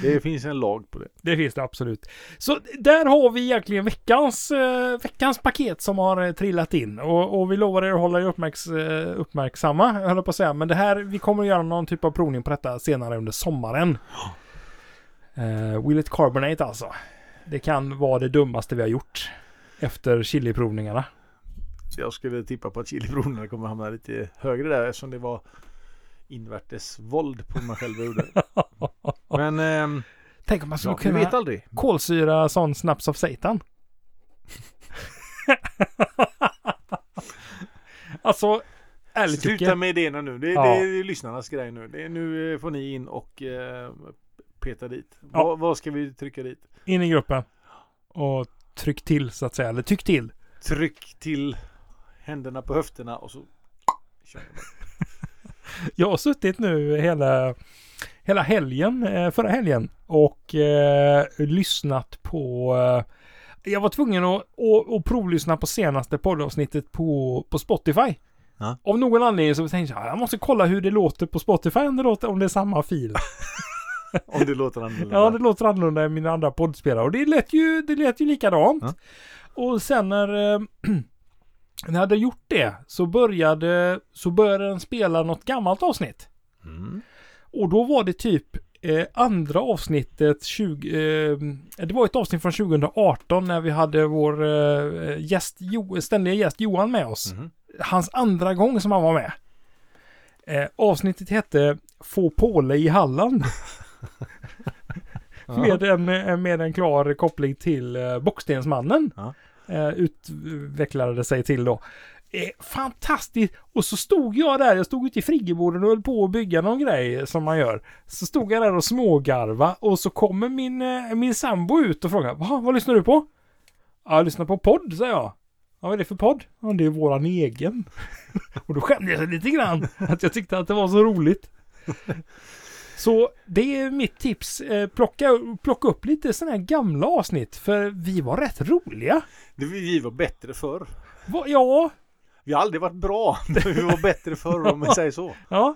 Speaker 2: det finns en lag på det.
Speaker 1: Det finns det absolut. Så där har vi egentligen veckans, eh, veckans paket som har eh, trillat in. Och, och vi lovar er att hålla er uppmärks, eh, uppmärksamma, jag höll på att säga. Men det här, vi kommer att göra någon typ av provning på detta senare under sommaren. Eh, Will it carbonate alltså. Det kan vara det dummaste vi har gjort. Efter chiliprovningarna.
Speaker 2: Jag skulle tippa på att chilibronerna kommer hamna lite högre där eftersom det var invärtes våld på man själv gjorde. Men ehm,
Speaker 1: Tänk om man skulle
Speaker 2: ja, vi
Speaker 1: kunna
Speaker 2: vet aldrig.
Speaker 1: kolsyra sån snaps av Satan. alltså, ärligt
Speaker 2: Sluta
Speaker 1: Jocke.
Speaker 2: med idéerna nu. Det,
Speaker 1: Ja.
Speaker 2: det är lyssnarnas grej nu. Det, är- nu eh, får ni in och eh, peta dit.
Speaker 1: Ja.
Speaker 2: Vad- Vad ska vi trycka dit?
Speaker 1: In i gruppen. Och tryck till så att säga. Eller tyck till.
Speaker 2: Tryck till händerna på höfterna och så kör vi.
Speaker 1: Jag har suttit nu hela, hela helgen, eh, förra helgen och eh, lyssnat på eh, jag var tvungen att, att, att provlyssna på senaste poddavsnittet på, på Spotify.
Speaker 2: Ja.
Speaker 1: Av någon anledning så tänkte jag jag måste kolla hur det låter på Spotify om det, låter, om det är samma fil.
Speaker 2: Om det låter annorlunda.
Speaker 1: Ja, det låter annorlunda än mina andra poddspelare och det lät ju, det lät ju likadant.
Speaker 2: Ja.
Speaker 1: Och sen när, eh, när jag hade gjort det så började, så började den spela något gammalt avsnitt.
Speaker 2: Mm.
Speaker 1: Och då var det typ eh, andra avsnittet, 20, eh, det var ett avsnitt från 2018 när vi hade vår eh, gäst, jo, ständiga gäst Johan med oss.
Speaker 2: Mhm.
Speaker 1: Hans andra gång som han var med. Eh, avsnittet hette Få Påle i Halland. med, en, eh, med en klar koppling till eh, Bockstensmannen.
Speaker 2: Ja.
Speaker 1: Eh, utvecklade det sig till då. Eh, fantastiskt! Och så stod jag där, jag stod ute i friggeboden och höll på att bygga någon grej som man gör. Så stod jag där och smågarva och så kommer min, eh, min sambo ut och frågar Va, vad lyssnar du på? Ja, jag lyssnar på podd, säger jag. Ja, vad är det för podd? Ja, det är våran egen. och då skämde jag lite grann att jag tyckte att det var så roligt. Så det är mitt tips. Eh, plocka, plocka upp lite sådana här gamla avsnitt för vi var rätt roliga.
Speaker 2: Det, vi var bättre förr.
Speaker 1: Va, ja,
Speaker 2: Vi har aldrig varit bra, men vi var bättre förr om man säger så.
Speaker 1: ja.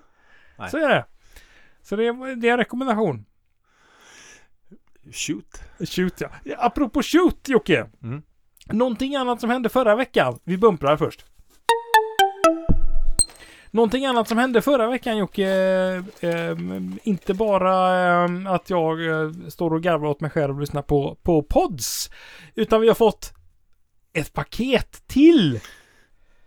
Speaker 2: Nej.
Speaker 1: Så är det. Så det är, det är en rekommendation.
Speaker 2: Shoot.
Speaker 1: Shoot ja. Ja, Apropå shoot Jocke.
Speaker 2: Mm.
Speaker 1: Någonting annat som hände förra veckan. Vi bumprar först. Någonting annat som hände förra veckan Jocke. eh, eh, inte bara eh, att jag eh, står och garvar åt mig själv och lyssnar på, på pods. Utan vi har fått ett paket till.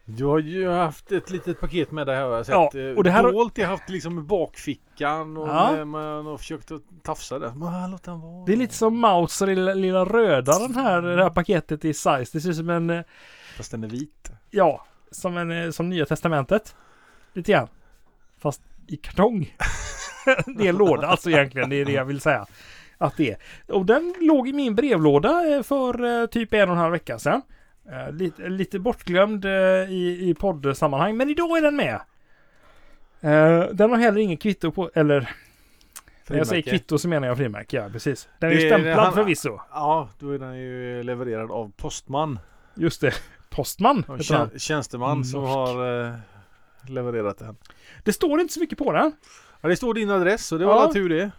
Speaker 2: Du har ju haft ett litet paket med dig här har jag sett.
Speaker 1: Ja,
Speaker 2: Ja,
Speaker 1: och det här har-
Speaker 2: Dolt, jag har haft liksom i bakfickan och
Speaker 1: Ja.
Speaker 2: eh, man har försökt att tafsa där. Men låt den vara.
Speaker 1: Det är lite som Mauser i lilla, lilla röda den här, det här paketet i size. Det ser ut som en eh,
Speaker 2: Fast den är vit.
Speaker 1: Ja, som, en, eh, som Nya Testamentet. Lite grann. Fast i kartong. det är en låda alltså egentligen, det är det jag vill säga. Att det är. Och den låg i min brevlåda eh, för eh, typ en och en halv vecka sedan. Eh, Lite, lite bortglömd eh, i, i poddsammanhang, men idag är den med. Eh, Den har heller ingen kvitto på, eller när jag säger
Speaker 2: Frimärke.
Speaker 1: kvitto så menar jag frimärke, ja precis. Den är
Speaker 2: Det
Speaker 1: ju
Speaker 2: är-
Speaker 1: stämplad
Speaker 2: han-
Speaker 1: förvisso.
Speaker 2: Ja, då är den ju levererad av Postman.
Speaker 1: Just det. Postman
Speaker 2: Av
Speaker 1: heter han.
Speaker 2: tjän- tjänsteman som
Speaker 1: Mm, Norsk.
Speaker 2: har eh, levererat den.
Speaker 1: Det står inte så mycket på den.
Speaker 2: Ja, det står din adress så det var
Speaker 1: Ja.
Speaker 2: ja. tur det.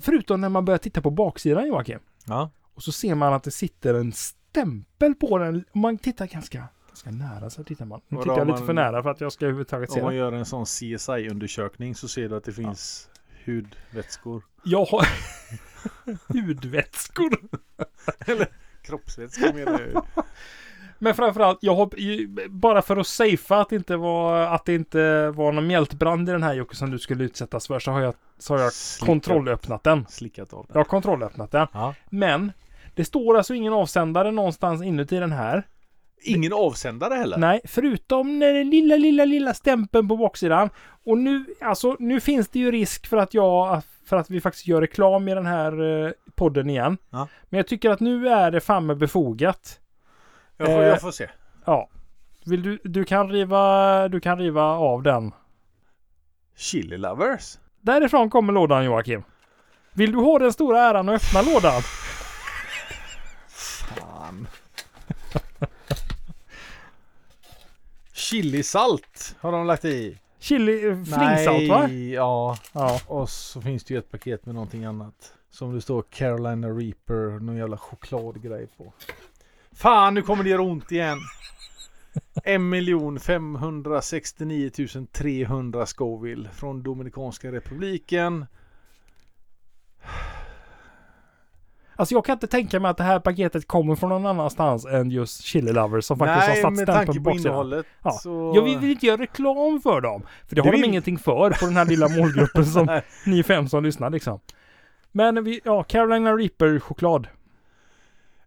Speaker 1: Förutom när man börjar titta på baksidan Joakim.
Speaker 2: Ja.
Speaker 1: Och så ser man att det sitter en stämpel på den. Om Man tittar ganska, ganska nära så tittar man. Nu
Speaker 2: Vadå,
Speaker 1: tittar jag
Speaker 2: om
Speaker 1: lite
Speaker 2: man-
Speaker 1: för nära för att jag ska överhuvudtaget se
Speaker 2: Om man
Speaker 1: den.
Speaker 2: gör en sån CSI-undersökning så ser du att det finns hudvätskor.
Speaker 1: Jag har hudvätskor.
Speaker 2: Kroppsvätskor menar jag ju.
Speaker 1: Men framförallt, jag har, ju- bara för att safea att det inte var, att det inte var någon mjältbrand i den här Jocke som du skulle utsättas för så har jag, så har jag
Speaker 2: Slickat-
Speaker 1: kontrollöppnat den.
Speaker 2: Slickat av den.
Speaker 1: Jag har kontrollöppnat den.
Speaker 2: Ja.
Speaker 1: Men det står alltså ingen avsändare någonstans inuti den här.
Speaker 2: Ingen avsändare heller.
Speaker 1: Nej, förutom den lilla, lilla, lilla stämpeln på baksidan. Och nu, alltså, nu finns det ju risk för att jag, för att vi faktiskt gör reklam i den här eh, podden igen.
Speaker 2: Ja.
Speaker 1: Men jag tycker att nu är det fan med befogat.
Speaker 2: Jag, får,
Speaker 1: Eh.
Speaker 2: jag får se.
Speaker 1: Ja. Vill du, du kan riva, du kan riva av den.
Speaker 2: Chili lovers.
Speaker 1: Därifrån kommer lådan Joakim. Vill du ha den stora äran att öppna lådan?
Speaker 2: Fan. Chilisalt har de lagt i.
Speaker 1: Chili, eh, flingsalt va?
Speaker 2: Nej, ja.
Speaker 1: Ja.
Speaker 2: Och så finns det ju ett paket med någonting annat. Som det står Carolina Reaper, någon jävla chokladgrej på. Fan, nu kommer det göra ont igen. 1 569 300 Scoville från Dominikanska republiken.
Speaker 1: Alltså jag kan inte tänka mig att det här paketet kommer från någon annanstans än just Chili Lovers som faktiskt har
Speaker 2: Nej,
Speaker 1: satt
Speaker 2: med
Speaker 1: stämpeln
Speaker 2: tanke
Speaker 1: på
Speaker 2: på
Speaker 1: baksidan.
Speaker 2: innehållet.
Speaker 1: Ja.
Speaker 2: Så...
Speaker 1: Jag vill vill inte göra reklam för dem. För det
Speaker 2: Det
Speaker 1: har de
Speaker 2: vill-
Speaker 1: ingenting för på den här lilla målgruppen som
Speaker 2: Nej.
Speaker 1: ni fem som lyssnar liksom. Men vi, ja, Carolina Reaper choklad.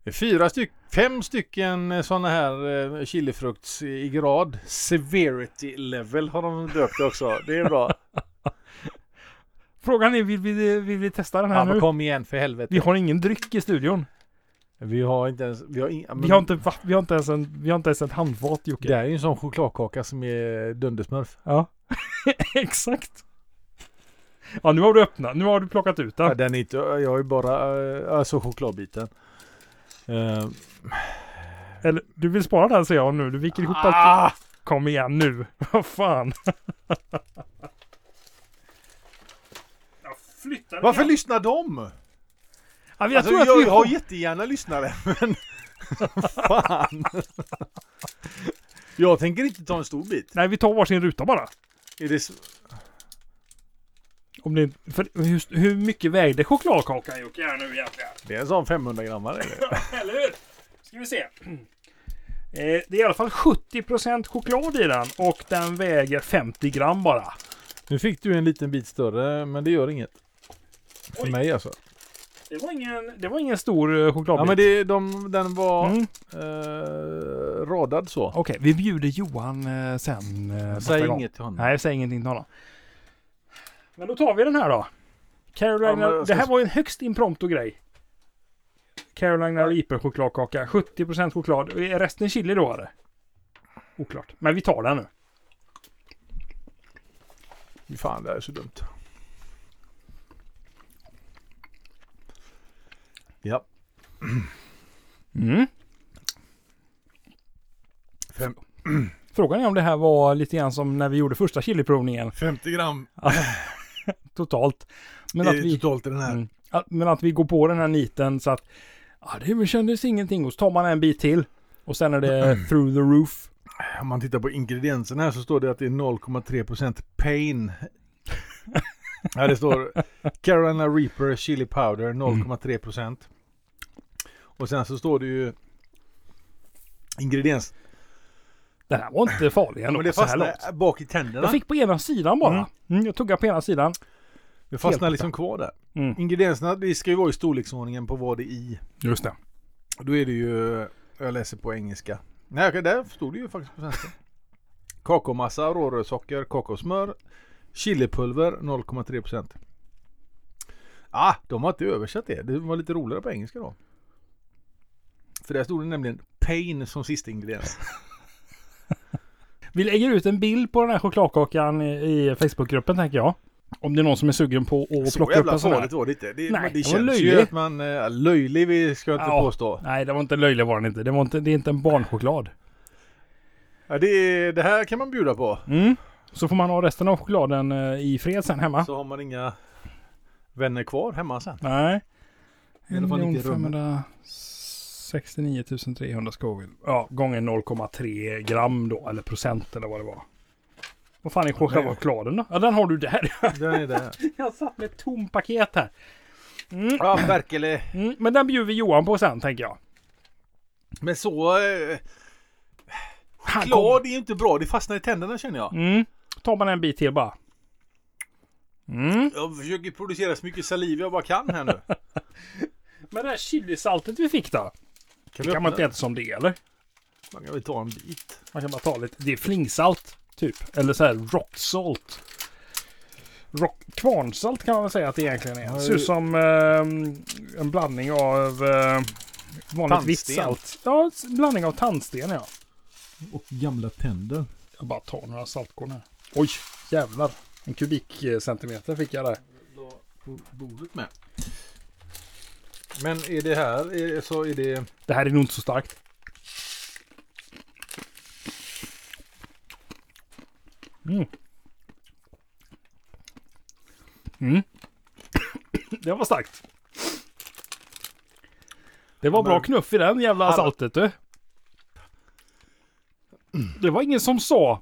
Speaker 2: Det är Fyra styck, fem stycken sådana här eh, chilifrukts i grad. Severity level har de döpt det också. Det är bra.
Speaker 1: Frågan är, vill vi, vill vi testa den här
Speaker 2: Ja, men
Speaker 1: nu?
Speaker 2: kom igen för helvete.
Speaker 1: Vi har ingen dryck i studion.
Speaker 2: Vi har inte ens... Vi har, in,
Speaker 1: Vi har inte, va- vi har inte, ens, en, vi har inte ens ett handfat Jocke.
Speaker 2: Det här är ju en sån chokladkaka som är dundersmurf.
Speaker 1: Ja. Exakt. Ja, nu har du öppnat. Nu har du plockat ut
Speaker 2: Ja.
Speaker 1: den.
Speaker 2: den är inte... Jag har ju bara... eh, Alltså chokladbiten. Eh,
Speaker 1: Eller, du vill spara den ser jag nu. Du viker ihop allt.
Speaker 2: ah!
Speaker 1: Kom igen nu. Vad fan. Jag flyttar
Speaker 2: Varför lyssnar de?
Speaker 1: Ja, jag
Speaker 2: Jag, alltså,
Speaker 1: tror att
Speaker 2: jag,
Speaker 1: vi
Speaker 2: jag har jättegärna lyssnare, men... fan! jag tänker inte ta en stor bit.
Speaker 1: Nej, vi tar varsin ruta bara.
Speaker 2: Är det... s-
Speaker 1: Om det... För hur, hur mycket vägde chokladkakan Jocke här nu egentligen?
Speaker 2: Det är en sån 500 grammar eller?
Speaker 1: Eller hur? Ska vi se. Eh, Det är i alla fall 70% choklad i den och den väger 50 gram bara.
Speaker 2: Nu fick du en liten bit större, men det gör inget. För
Speaker 1: Oj.
Speaker 2: mig alltså.
Speaker 1: Det var ingen, det var ingen stor eh, chokladbit.
Speaker 2: Ja men det, de, den var
Speaker 1: Mm.
Speaker 2: eh, radad så.
Speaker 1: Okej, vi bjuder Johan eh, sen. eh, nästa
Speaker 2: Säg
Speaker 1: gång.
Speaker 2: inget till honom.
Speaker 1: Nej, jag säger ingenting till honom. Men då tar vi den här då. Carolina,
Speaker 2: Ja, men jag
Speaker 1: det
Speaker 2: ska-
Speaker 1: här var ju en högst impromptu grej. Carolina Reaper chokladkaka. 70% choklad. Är Resten chili då eller? Oklart. Men vi tar den nu.
Speaker 2: Fy fan, det här är så dumt.
Speaker 1: Mm.
Speaker 2: Ja. Fem,
Speaker 1: Frågan är om det här var lite grann som när vi gjorde första chiliprovningen
Speaker 2: 50 gram
Speaker 1: totalt. Men
Speaker 2: eh,
Speaker 1: att, vi,
Speaker 2: totalt i den här.
Speaker 1: Mm. att, men att vi går på den här niten så att ja, det kändes ingenting och så tar man en bit till och sen är det through the roof.
Speaker 2: Om man tittar på ingredienserna här så står det att det är 0,3% pain. ja, det står Carolina Reaper Chili Powder
Speaker 1: Mm.
Speaker 2: 0,3%. Och sen så står det ju ingrediens.
Speaker 1: Det här var inte farlig ändå
Speaker 2: Men det
Speaker 1: så här
Speaker 2: fastnar
Speaker 1: långt.
Speaker 2: bak i tänderna.
Speaker 1: Jag fick på ena sidan bara.
Speaker 2: Mm.
Speaker 1: Mm. jag tuggade på ena sidan.
Speaker 2: det fastnar
Speaker 1: helt
Speaker 2: liksom kvar där.
Speaker 1: Mm.
Speaker 2: Ingredienserna, det ska ju vara i storleksordningen på vad det är i.
Speaker 1: Just det.
Speaker 2: Då är det ju, jag läser på engelska. Nej, okej, där stod det ju faktiskt på svenska. Kakaomassa, rårörssocker, kakaosmör, chilipulver 0,3%. Ah, de har inte översatt det. Det var lite roligare på engelska då. För där stod det nämligen pain som sista ingrediens.
Speaker 1: Vi lägger ut en bild på den här chokladkakan i- i Facebookgruppen tänker jag. Om det är någon som är sugen på att
Speaker 2: Så
Speaker 1: plocka upp
Speaker 2: jävla
Speaker 1: en sån här.
Speaker 2: farligt var det inte. Det,
Speaker 1: Nej,
Speaker 2: men det
Speaker 1: det var
Speaker 2: känns ju
Speaker 1: löjligt.
Speaker 2: att man... eh, Löjlig vi ska jag inte
Speaker 1: Ja.
Speaker 2: påstå.
Speaker 1: Nej, det var inte löjlig var den inte. Det, var inte. det är inte en barnchoklad.
Speaker 2: Ja, det, det här kan man bjuda på.
Speaker 1: Mm. Så får man ha resten av chokladen eh, i fred sen hemma.
Speaker 2: Så har man inga vänner kvar hemma sen.
Speaker 1: Nej.
Speaker 2: I alla fall inte i
Speaker 1: 569 300 Scoville. Ja, gånger 0,3 gram då, eller procent eller vad det var. Vad fan är själva chokladen då? Ja, den har du där.
Speaker 2: Den är där.
Speaker 1: Jag satt med ett tom paket här. Mm.
Speaker 2: Ja, Berkele.
Speaker 1: Mm. Men den bjuder Johan på sen, tänker jag.
Speaker 2: Men så... Eh,
Speaker 1: Han
Speaker 2: klar, det är ju inte bra. Det fastnar i tänderna känner jag.
Speaker 1: kom- Ah, Mm. Tar man en bit till bara. Mm.
Speaker 2: Jag försöker producera så mycket saliv jag bara kan här nu.
Speaker 1: Men det här chilisaltet vi fick då?
Speaker 2: Kan
Speaker 1: Det kan man inte äta som det eller?
Speaker 2: Man kan väl ta en bit.
Speaker 1: Man kan bara ta lite. Det är flingsalt typ. Eller så här rock salt. Rock, kvarnsalt kan man väl säga att det egentligen är. Det ser ut som eh, en blandning av eh, vanligt vitt
Speaker 2: Tandsten.
Speaker 1: salt. Ja, en blandning av tandsten ja.
Speaker 2: Och gamla tänder.
Speaker 1: Jag bara tar några saltkorn här. Oj, jävlar. En kubikcentimeter fick jag där.
Speaker 2: På bordet med. Men är det här, är, så är det...
Speaker 1: Det här är nog inte så starkt. Mm. Mm. Det var starkt. Det var bra
Speaker 2: Men-
Speaker 1: knuff i den jävla
Speaker 2: Alla-
Speaker 1: saltet du. Det var ingen som sa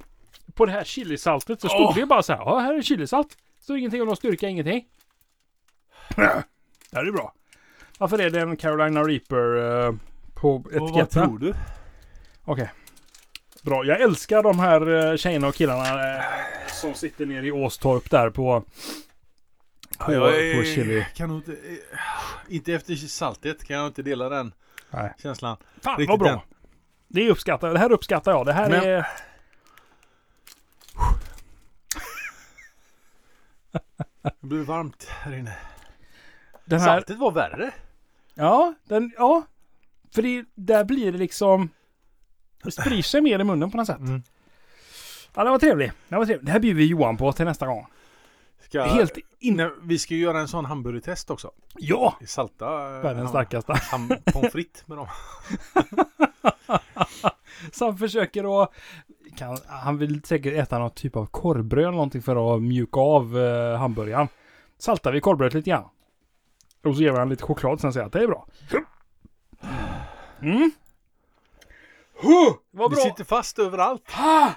Speaker 1: på det här chilisaltet så stod
Speaker 2: Åh.
Speaker 1: det ju bara så här. Ja, här är chilisalt. Står ingenting om någon styrka, ingenting. det här är bra. Varför är det en Carolina Reaper eh, på etiketten? Okej.
Speaker 2: du?
Speaker 1: Bra. Jag älskar de här eh, tjejerna och killarna eh, som sitter nere i Åstorp där på... På, på chili.
Speaker 2: Kan nog inte... eh, Inte efter saltet kan jag inte dela den
Speaker 1: Nej.
Speaker 2: känslan.
Speaker 1: Fan
Speaker 2: Riktigt
Speaker 1: vad bra.
Speaker 2: den.
Speaker 1: Det uppskattar jag. Det här uppskattar jag. Det här
Speaker 2: Men-
Speaker 1: är...
Speaker 2: Det blir varmt här inne.
Speaker 1: Den här...
Speaker 2: Saltet var värre.
Speaker 1: Ja, den, ja. För det, där blir det liksom... Det sprider sig mer i munnen på något sätt.
Speaker 2: Mm.
Speaker 1: Ja, det var trevlig. Det var trevlig. Det här bjuder vi Johan på till nästa gång.
Speaker 2: Ska,
Speaker 1: Helt inne.
Speaker 2: Nej, vi ska ju göra en sån hamburgertest också.
Speaker 1: Ja!
Speaker 2: Salta... eh,
Speaker 1: Världens
Speaker 2: ham-
Speaker 1: starkaste.
Speaker 2: Ham, pommes frites med dem.
Speaker 1: Som försöker att... Kan, han vill säkert äta någon typ av korvbröd eller någonting för att mjuka av eh, hamburgaren. Saltar vi korvbrödet lite grann. Och så ger vi han lite choklad sen säger jag att det är bra. Mm. Huh, Vad
Speaker 2: Det
Speaker 1: bra!
Speaker 2: sitter fast överallt.
Speaker 1: Ah!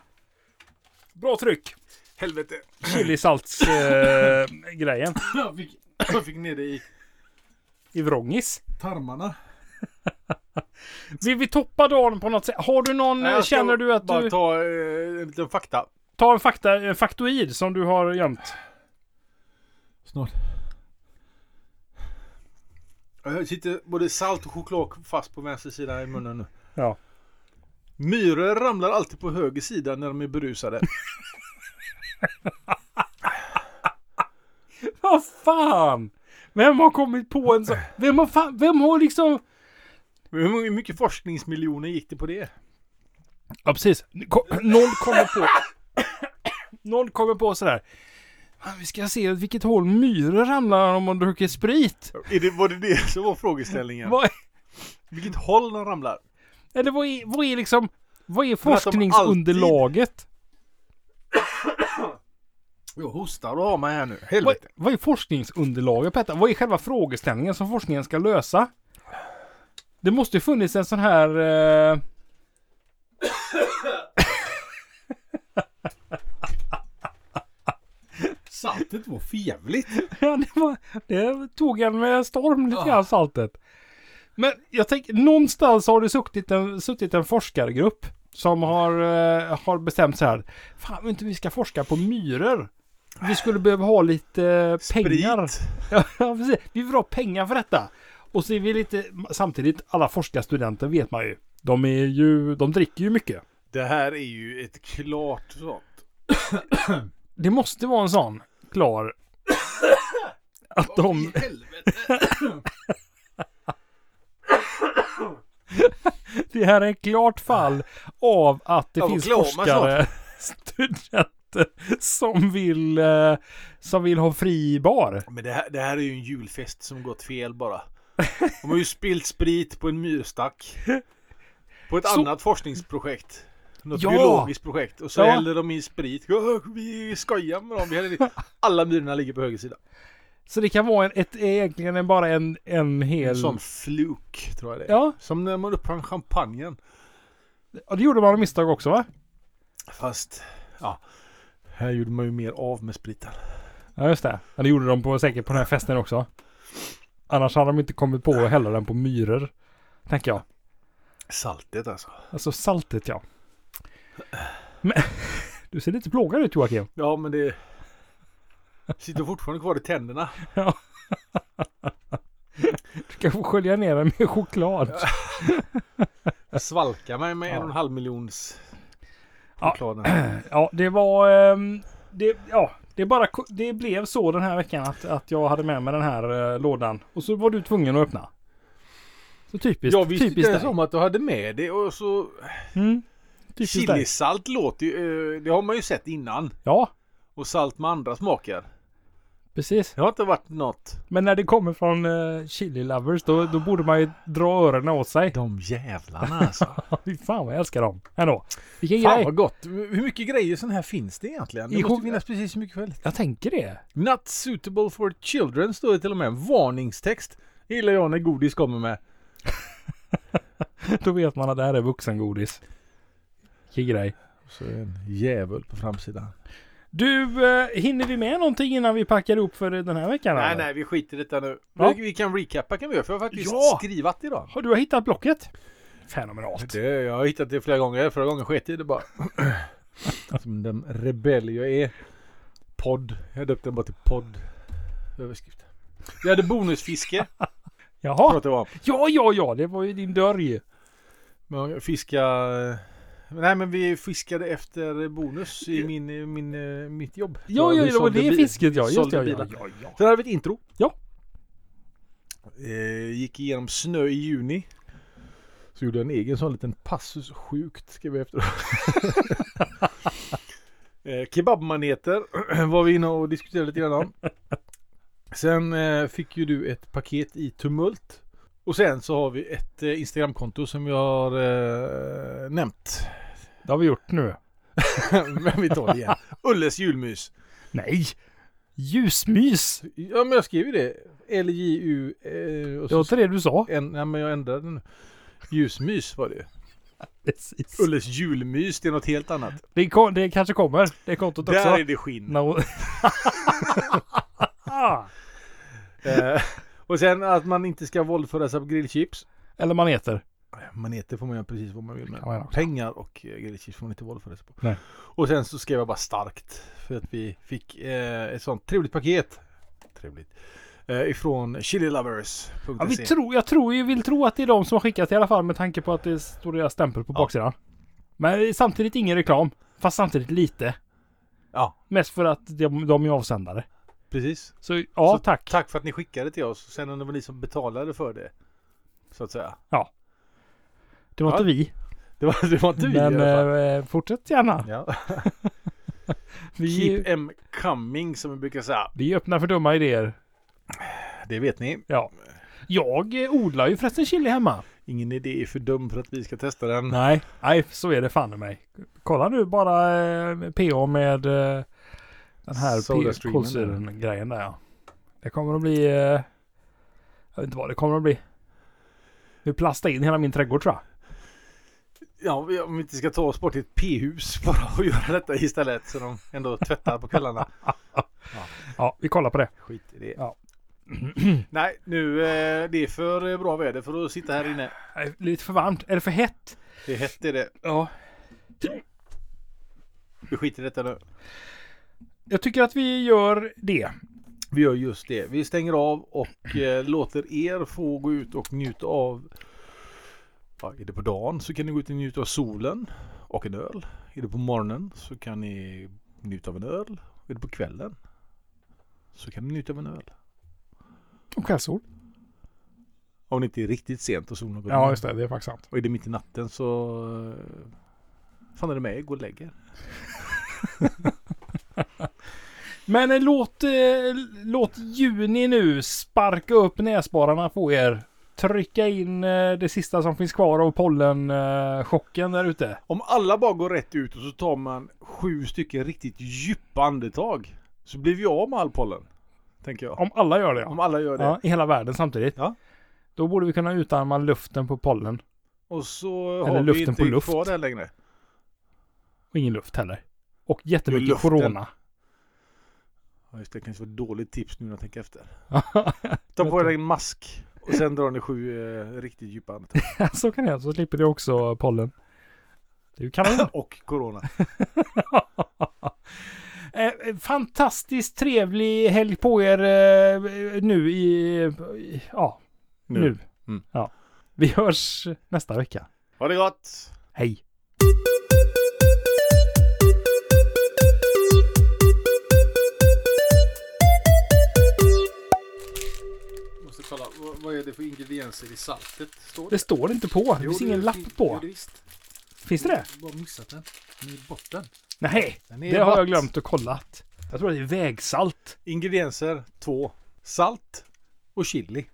Speaker 1: Bra tryck!
Speaker 2: Helvete.
Speaker 1: chilisaltsgrejen eh, grejen
Speaker 2: Jag fick, jag fick ner det i
Speaker 1: i Vrångis.
Speaker 2: tarmarna.
Speaker 1: Vill vi toppa dagen på något sätt? Har du någon,
Speaker 2: Nej, jag ska
Speaker 1: känner du att
Speaker 2: Bara
Speaker 1: du...
Speaker 2: ta eh, en liten fakta.
Speaker 1: Ta en fakta, en faktoid som du har gömt.
Speaker 2: Snart. Jag sitter både salt och choklad fast på vänster sida i munnen nu.
Speaker 1: Ja.
Speaker 2: Myror ramlar alltid på höger sida när de är berusade.
Speaker 1: Vad fan! Vem har kommit på en sån... Vem har fan... Vem har liksom...
Speaker 2: Hur många- hur mycket forskningsmiljoner gick det på det?
Speaker 1: Ja, precis. Ko- Någon kommer på... Någon kommer på sådär. "Fan, Vi ska se åt vilket håll myror ramlar om man dricker sprit.
Speaker 2: Är det var det det som var frågeställningen?
Speaker 1: Vad,
Speaker 2: Vilket håll de ramlar?
Speaker 1: eller vad är, vad är liksom... Vad är
Speaker 2: de alltid-
Speaker 1: forskningsunderlaget?
Speaker 2: Jag hostar och har mig här nu.
Speaker 1: Vad,
Speaker 2: Helvete.
Speaker 1: vad är forskningsunderlaget på detta? Vad är själva frågeställningen som forskningen ska lösa? Det måste ju funnits en sån här... Eh...
Speaker 2: Saltet var förjävligt.
Speaker 1: Ja, det, var, det tog en med storm lite grann, saltet. Men jag tänker, någonstans har det suttit en, suttit en forskargrupp som har, eh, har bestämt så här. Fan, om inte vi ska forska på myror. Vi skulle behöva ha lite eh, pengar.
Speaker 2: Sprit.
Speaker 1: Ja, precis. Vi vill ha pengar för detta. Och så är vi lite, samtidigt, alla forskarstudenter vet man ju. De är ju, de dricker ju mycket.
Speaker 2: Det här är ju ett klart sånt.
Speaker 1: Det måste vara en sån klar. Att de...
Speaker 2: I helvete.
Speaker 1: Det här är ett klart fall av att det
Speaker 2: Jag får
Speaker 1: finns
Speaker 2: klä av mig
Speaker 1: forskare, studenter som vill, eh, som vill ha fri bar.
Speaker 2: Men det här, det här är ju en julfest som gått fel bara. De har ju spilt sprit på en myrstack. På ett
Speaker 1: Så-
Speaker 2: annat forskningsprojekt. Något
Speaker 1: Ja!
Speaker 2: biologiskt projekt. Och så
Speaker 1: Ja.
Speaker 2: häller de in sprit. Åh, Vi skojar med dem. Vi häller in. Alla myrorna ligger på höger sida.
Speaker 1: Så det kan vara en, ett, egentligen en- bara en, en hel...
Speaker 2: Som fluk tror jag det är.
Speaker 1: Ja,
Speaker 2: Som när man uppfann champagnen.
Speaker 1: och det gjorde man av misstag också va?
Speaker 2: Fast, ja. Här gjorde man ju mer av med spriten.
Speaker 1: Ja, just det. Ja, det gjorde de på, säkert på den här festen också. Annars hade de inte kommit på att hälla den på myror. Tänker jag.
Speaker 2: Saltet alltså.
Speaker 1: Alltså saltet ja. Men, du ser lite plågad ut Joakim.
Speaker 2: Ja men det sitter fortfarande kvar i tänderna.
Speaker 1: Du kan få skölja ner den med choklad.
Speaker 2: Jag svalkar mig med en och en halv miljons
Speaker 1: Ja.
Speaker 2: chokladen.
Speaker 1: Ja, det var... ehm, det, ja, det, bara, ko- det blev så den här veckan att, att jag hade med mig den här eh, lådan. Och så var du tvungen att öppna. Så typiskt.
Speaker 2: Jag visste
Speaker 1: typiskt
Speaker 2: inte ens
Speaker 1: dig.
Speaker 2: om att du hade med det och så
Speaker 1: Mm, typiskt dig.
Speaker 2: chilisalt låter ju, eh, det har man ju sett innan.
Speaker 1: Ja,
Speaker 2: Och salt med andra smaker.
Speaker 1: precis.
Speaker 2: Det har inte varit något.
Speaker 1: Men när det kommer från eh, Chili Lovers då, då borde man ju dra öronen åt sig.
Speaker 2: De jävlarna alltså.
Speaker 1: Fy Fan vad jag älskar dem. Ändå. Vilken
Speaker 2: Fan
Speaker 1: grej.
Speaker 2: vad gott. Hur mycket grejer sån här finns det egentligen?
Speaker 1: I
Speaker 2: Det måste
Speaker 1: chok-
Speaker 2: finnas precis hur mycket som helst.
Speaker 1: Jag tänker det.
Speaker 2: Not suitable for children står det till och med. Varningstext. Det gillar jag när godis kommer med.
Speaker 1: Då vet man att det här är vuxengodis. Vilken grej.
Speaker 2: Och så är det en djävul på framsidan.
Speaker 1: Du, eh, hinner vi med någonting innan vi packar upp för den här veckan?
Speaker 2: Nej,
Speaker 1: eller?
Speaker 2: nej, vi skiter i detta nu.
Speaker 1: Ja.
Speaker 2: Vi, vi kan recappa kan vi göra, för jag har faktiskt
Speaker 1: Ja!
Speaker 2: skrivat idag.
Speaker 1: Har du har hittat blocket? Fenomenalt.
Speaker 2: Det, jag har hittat det flera gånger. Förra gången sket jag i det bara. Som den rebell jag är. Podd. Jag döpte den bara till podd. Överskrift. Vi hade bonusfiske.
Speaker 1: Jaha.
Speaker 2: pratade vi om.
Speaker 1: Ja, ja, ja. Det var ju din dörr ju.
Speaker 2: Men fiska... eh, Nej men vi fiskade efter bonus i min, i min, eh, mitt jobb.
Speaker 1: Ja, ja,
Speaker 2: vi
Speaker 1: det var
Speaker 2: sålde
Speaker 1: det
Speaker 2: bil-
Speaker 1: fisket ja. Just
Speaker 2: sålde
Speaker 1: det, ja,
Speaker 2: bilar.
Speaker 1: ja, ja.
Speaker 2: Sen hade vi ett intro.
Speaker 1: Ja.
Speaker 2: Eh, gick igenom snö i juni. Så gjorde jag en egen sån liten passus. Sjukt skrev jag efteråt. eh, kebabmaneter var vi inne och diskuterade lite grann om. Sen eh, fick ju du ett paket i Tumult. Och sen så har vi ett eh, Instagramkonto som jag har eh, nämnt.
Speaker 1: Det har vi gjort nu.
Speaker 2: men vi tar det igen. Ulles julmys.
Speaker 1: Nej! Ljusmys!
Speaker 2: Ja men jag skrev ju det. LJU eh, och
Speaker 1: Det
Speaker 2: så
Speaker 1: var inte det du sa.
Speaker 2: En, nej men jag ändrade den nu. Ljusmys var det ju.
Speaker 1: Precis.
Speaker 2: Ulles julmys, det är något helt annat.
Speaker 1: Det, kom, det kanske kommer. Det är kontot också.
Speaker 2: Där är det skinn.
Speaker 1: No.
Speaker 2: Eh, och sen att man inte ska våldföra sig på grillchips.
Speaker 1: Eller maneter.
Speaker 2: Maneter får man göra precis vad man vill
Speaker 1: kan man göra
Speaker 2: med.
Speaker 1: också.
Speaker 2: Pengar och eh, grillchips får man inte våldföra sig på.
Speaker 1: Nej.
Speaker 2: Och sen så skrev jag bara starkt. För att vi fick eh, ett sånt trevligt paket. Trevligt. Eh, ifrån chililovers.se.
Speaker 1: Ja, vi tror, jag tror ju, vill tro att det är de som har skickat i alla fall med tanke på att det står deras stämpel på
Speaker 2: Ja.
Speaker 1: baksidan. Men samtidigt ingen reklam. Fast samtidigt lite.
Speaker 2: ja,
Speaker 1: Mest för att de, de är avsändare.
Speaker 2: precis.
Speaker 1: Så ja,
Speaker 2: Så
Speaker 1: tack.
Speaker 2: Tack för att ni skickade till oss. Sen om det var ni som betalade för det. Så att säga.
Speaker 1: Det var
Speaker 2: Ja,
Speaker 1: inte vi.
Speaker 2: Det var, det var inte vi i
Speaker 1: Men
Speaker 2: alla fall.
Speaker 1: eh, fortsätt gärna.
Speaker 2: Ja.
Speaker 1: Vi,
Speaker 2: Keep em coming som vi brukar säga.
Speaker 1: vi är öppna för dumma idéer.
Speaker 2: Det vet ni.
Speaker 1: Ja. Jag eh, odlar ju förresten chili hemma.
Speaker 2: Ingen idé är för dum för att vi ska testa den.
Speaker 1: Nej, nej, så är det fan i mig. Kolla nu bara eh, PA med eh, den
Speaker 2: Soda
Speaker 1: här
Speaker 2: Streamen
Speaker 1: kolsyren-grejen där ja. Det kommer att bli... Eh, jag vet inte vad det kommer att bli. Vi plastar in hela min trädgård tror jag.
Speaker 2: Ja, vi- om vi inte ska ta oss bort till ett p-hus bara och göra detta istället så de ändå tvättar på kvällarna.
Speaker 1: Ja, vi kollar på det.
Speaker 2: Skit i det.
Speaker 1: Ja.
Speaker 2: Nej, nu eh, det är för eh, bra väder för att sitta här inne.
Speaker 1: Nej, Lite för varmt. Är det för hett?
Speaker 2: Det är hett är det.
Speaker 1: Ja.
Speaker 2: Vi skiter i detta nu.
Speaker 1: Jag tycker att vi gör det.
Speaker 2: Vi gör just det. Vi stänger av och eh, låter er få gå ut och njuta av... Ja, är det på dagen så kan ni gå ut och njuta av solen och en öl. Är det på morgonen så kan ni njuta av en öl. Är det på kvällen så kan ni njuta av en öl.
Speaker 1: Och kvällssol.
Speaker 2: Om det inte är riktigt sent och solen har gått
Speaker 1: Ja,
Speaker 2: ner.
Speaker 1: just det. Det är faktiskt sant.
Speaker 2: Och är det mitt i natten så... eh, Fan är det med? Gå och lägg er.
Speaker 1: Men eh, låt, eh, låt juni nu sparka upp näsborrarna på er. Trycka in eh, det sista som finns kvar av pollenchocken där ute.
Speaker 2: Om alla bara går rätt ut och så tar man sju stycken riktigt djupa andetag så blir vi av med all pollen. Tänker jag.
Speaker 1: Om alla gör det ja.
Speaker 2: Om alla gör det.
Speaker 1: ja I hela världen samtidigt.
Speaker 2: Ja.
Speaker 1: Då borde vi kunna utarma luften på pollen.
Speaker 2: Och så
Speaker 1: Eller
Speaker 2: har vi
Speaker 1: luften
Speaker 2: inte
Speaker 1: på luft.
Speaker 2: kvar det här längre.
Speaker 1: Och ingen luft heller. Och
Speaker 2: Jo,
Speaker 1: jättemycket
Speaker 2: luften.
Speaker 1: corona.
Speaker 2: Ja, just det. kanske var ett dåligt tips nu när jag tänker efter. Ta
Speaker 1: Vet
Speaker 2: på
Speaker 1: du.
Speaker 2: dig en mask och sen drar ni sju eh, riktigt djupa andetag.
Speaker 1: så kan jag. Så slipper du också pollen. Det är ju kanon.
Speaker 2: Och corona.
Speaker 1: Eh, eh, Fantastiskt trevlig helg på er eh, nu i... i ja. nu.
Speaker 2: Mm.
Speaker 1: Ja. Vi hörs nästa vecka.
Speaker 2: Ha det gott!
Speaker 1: Hej!
Speaker 2: Måste kolla, vad, vad är det för ingredienser i saltet? Står
Speaker 1: Det står inte på. Det finns ingen lapp på.
Speaker 2: visst.
Speaker 1: Finns det det?
Speaker 2: Bara missat den. Den är i botten.
Speaker 1: Nej,
Speaker 2: Den är
Speaker 1: det har
Speaker 2: vatt.
Speaker 1: jag glömt att kolla. Jag tror att det är vägsalt.
Speaker 2: Ingredienser två. Salt och chili.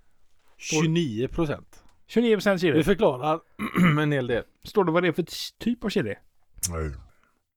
Speaker 2: 29 procent.
Speaker 1: 29%
Speaker 2: Det
Speaker 1: chili.
Speaker 2: förklarar en hel del.
Speaker 1: Står det vad det är för t- typ av chili?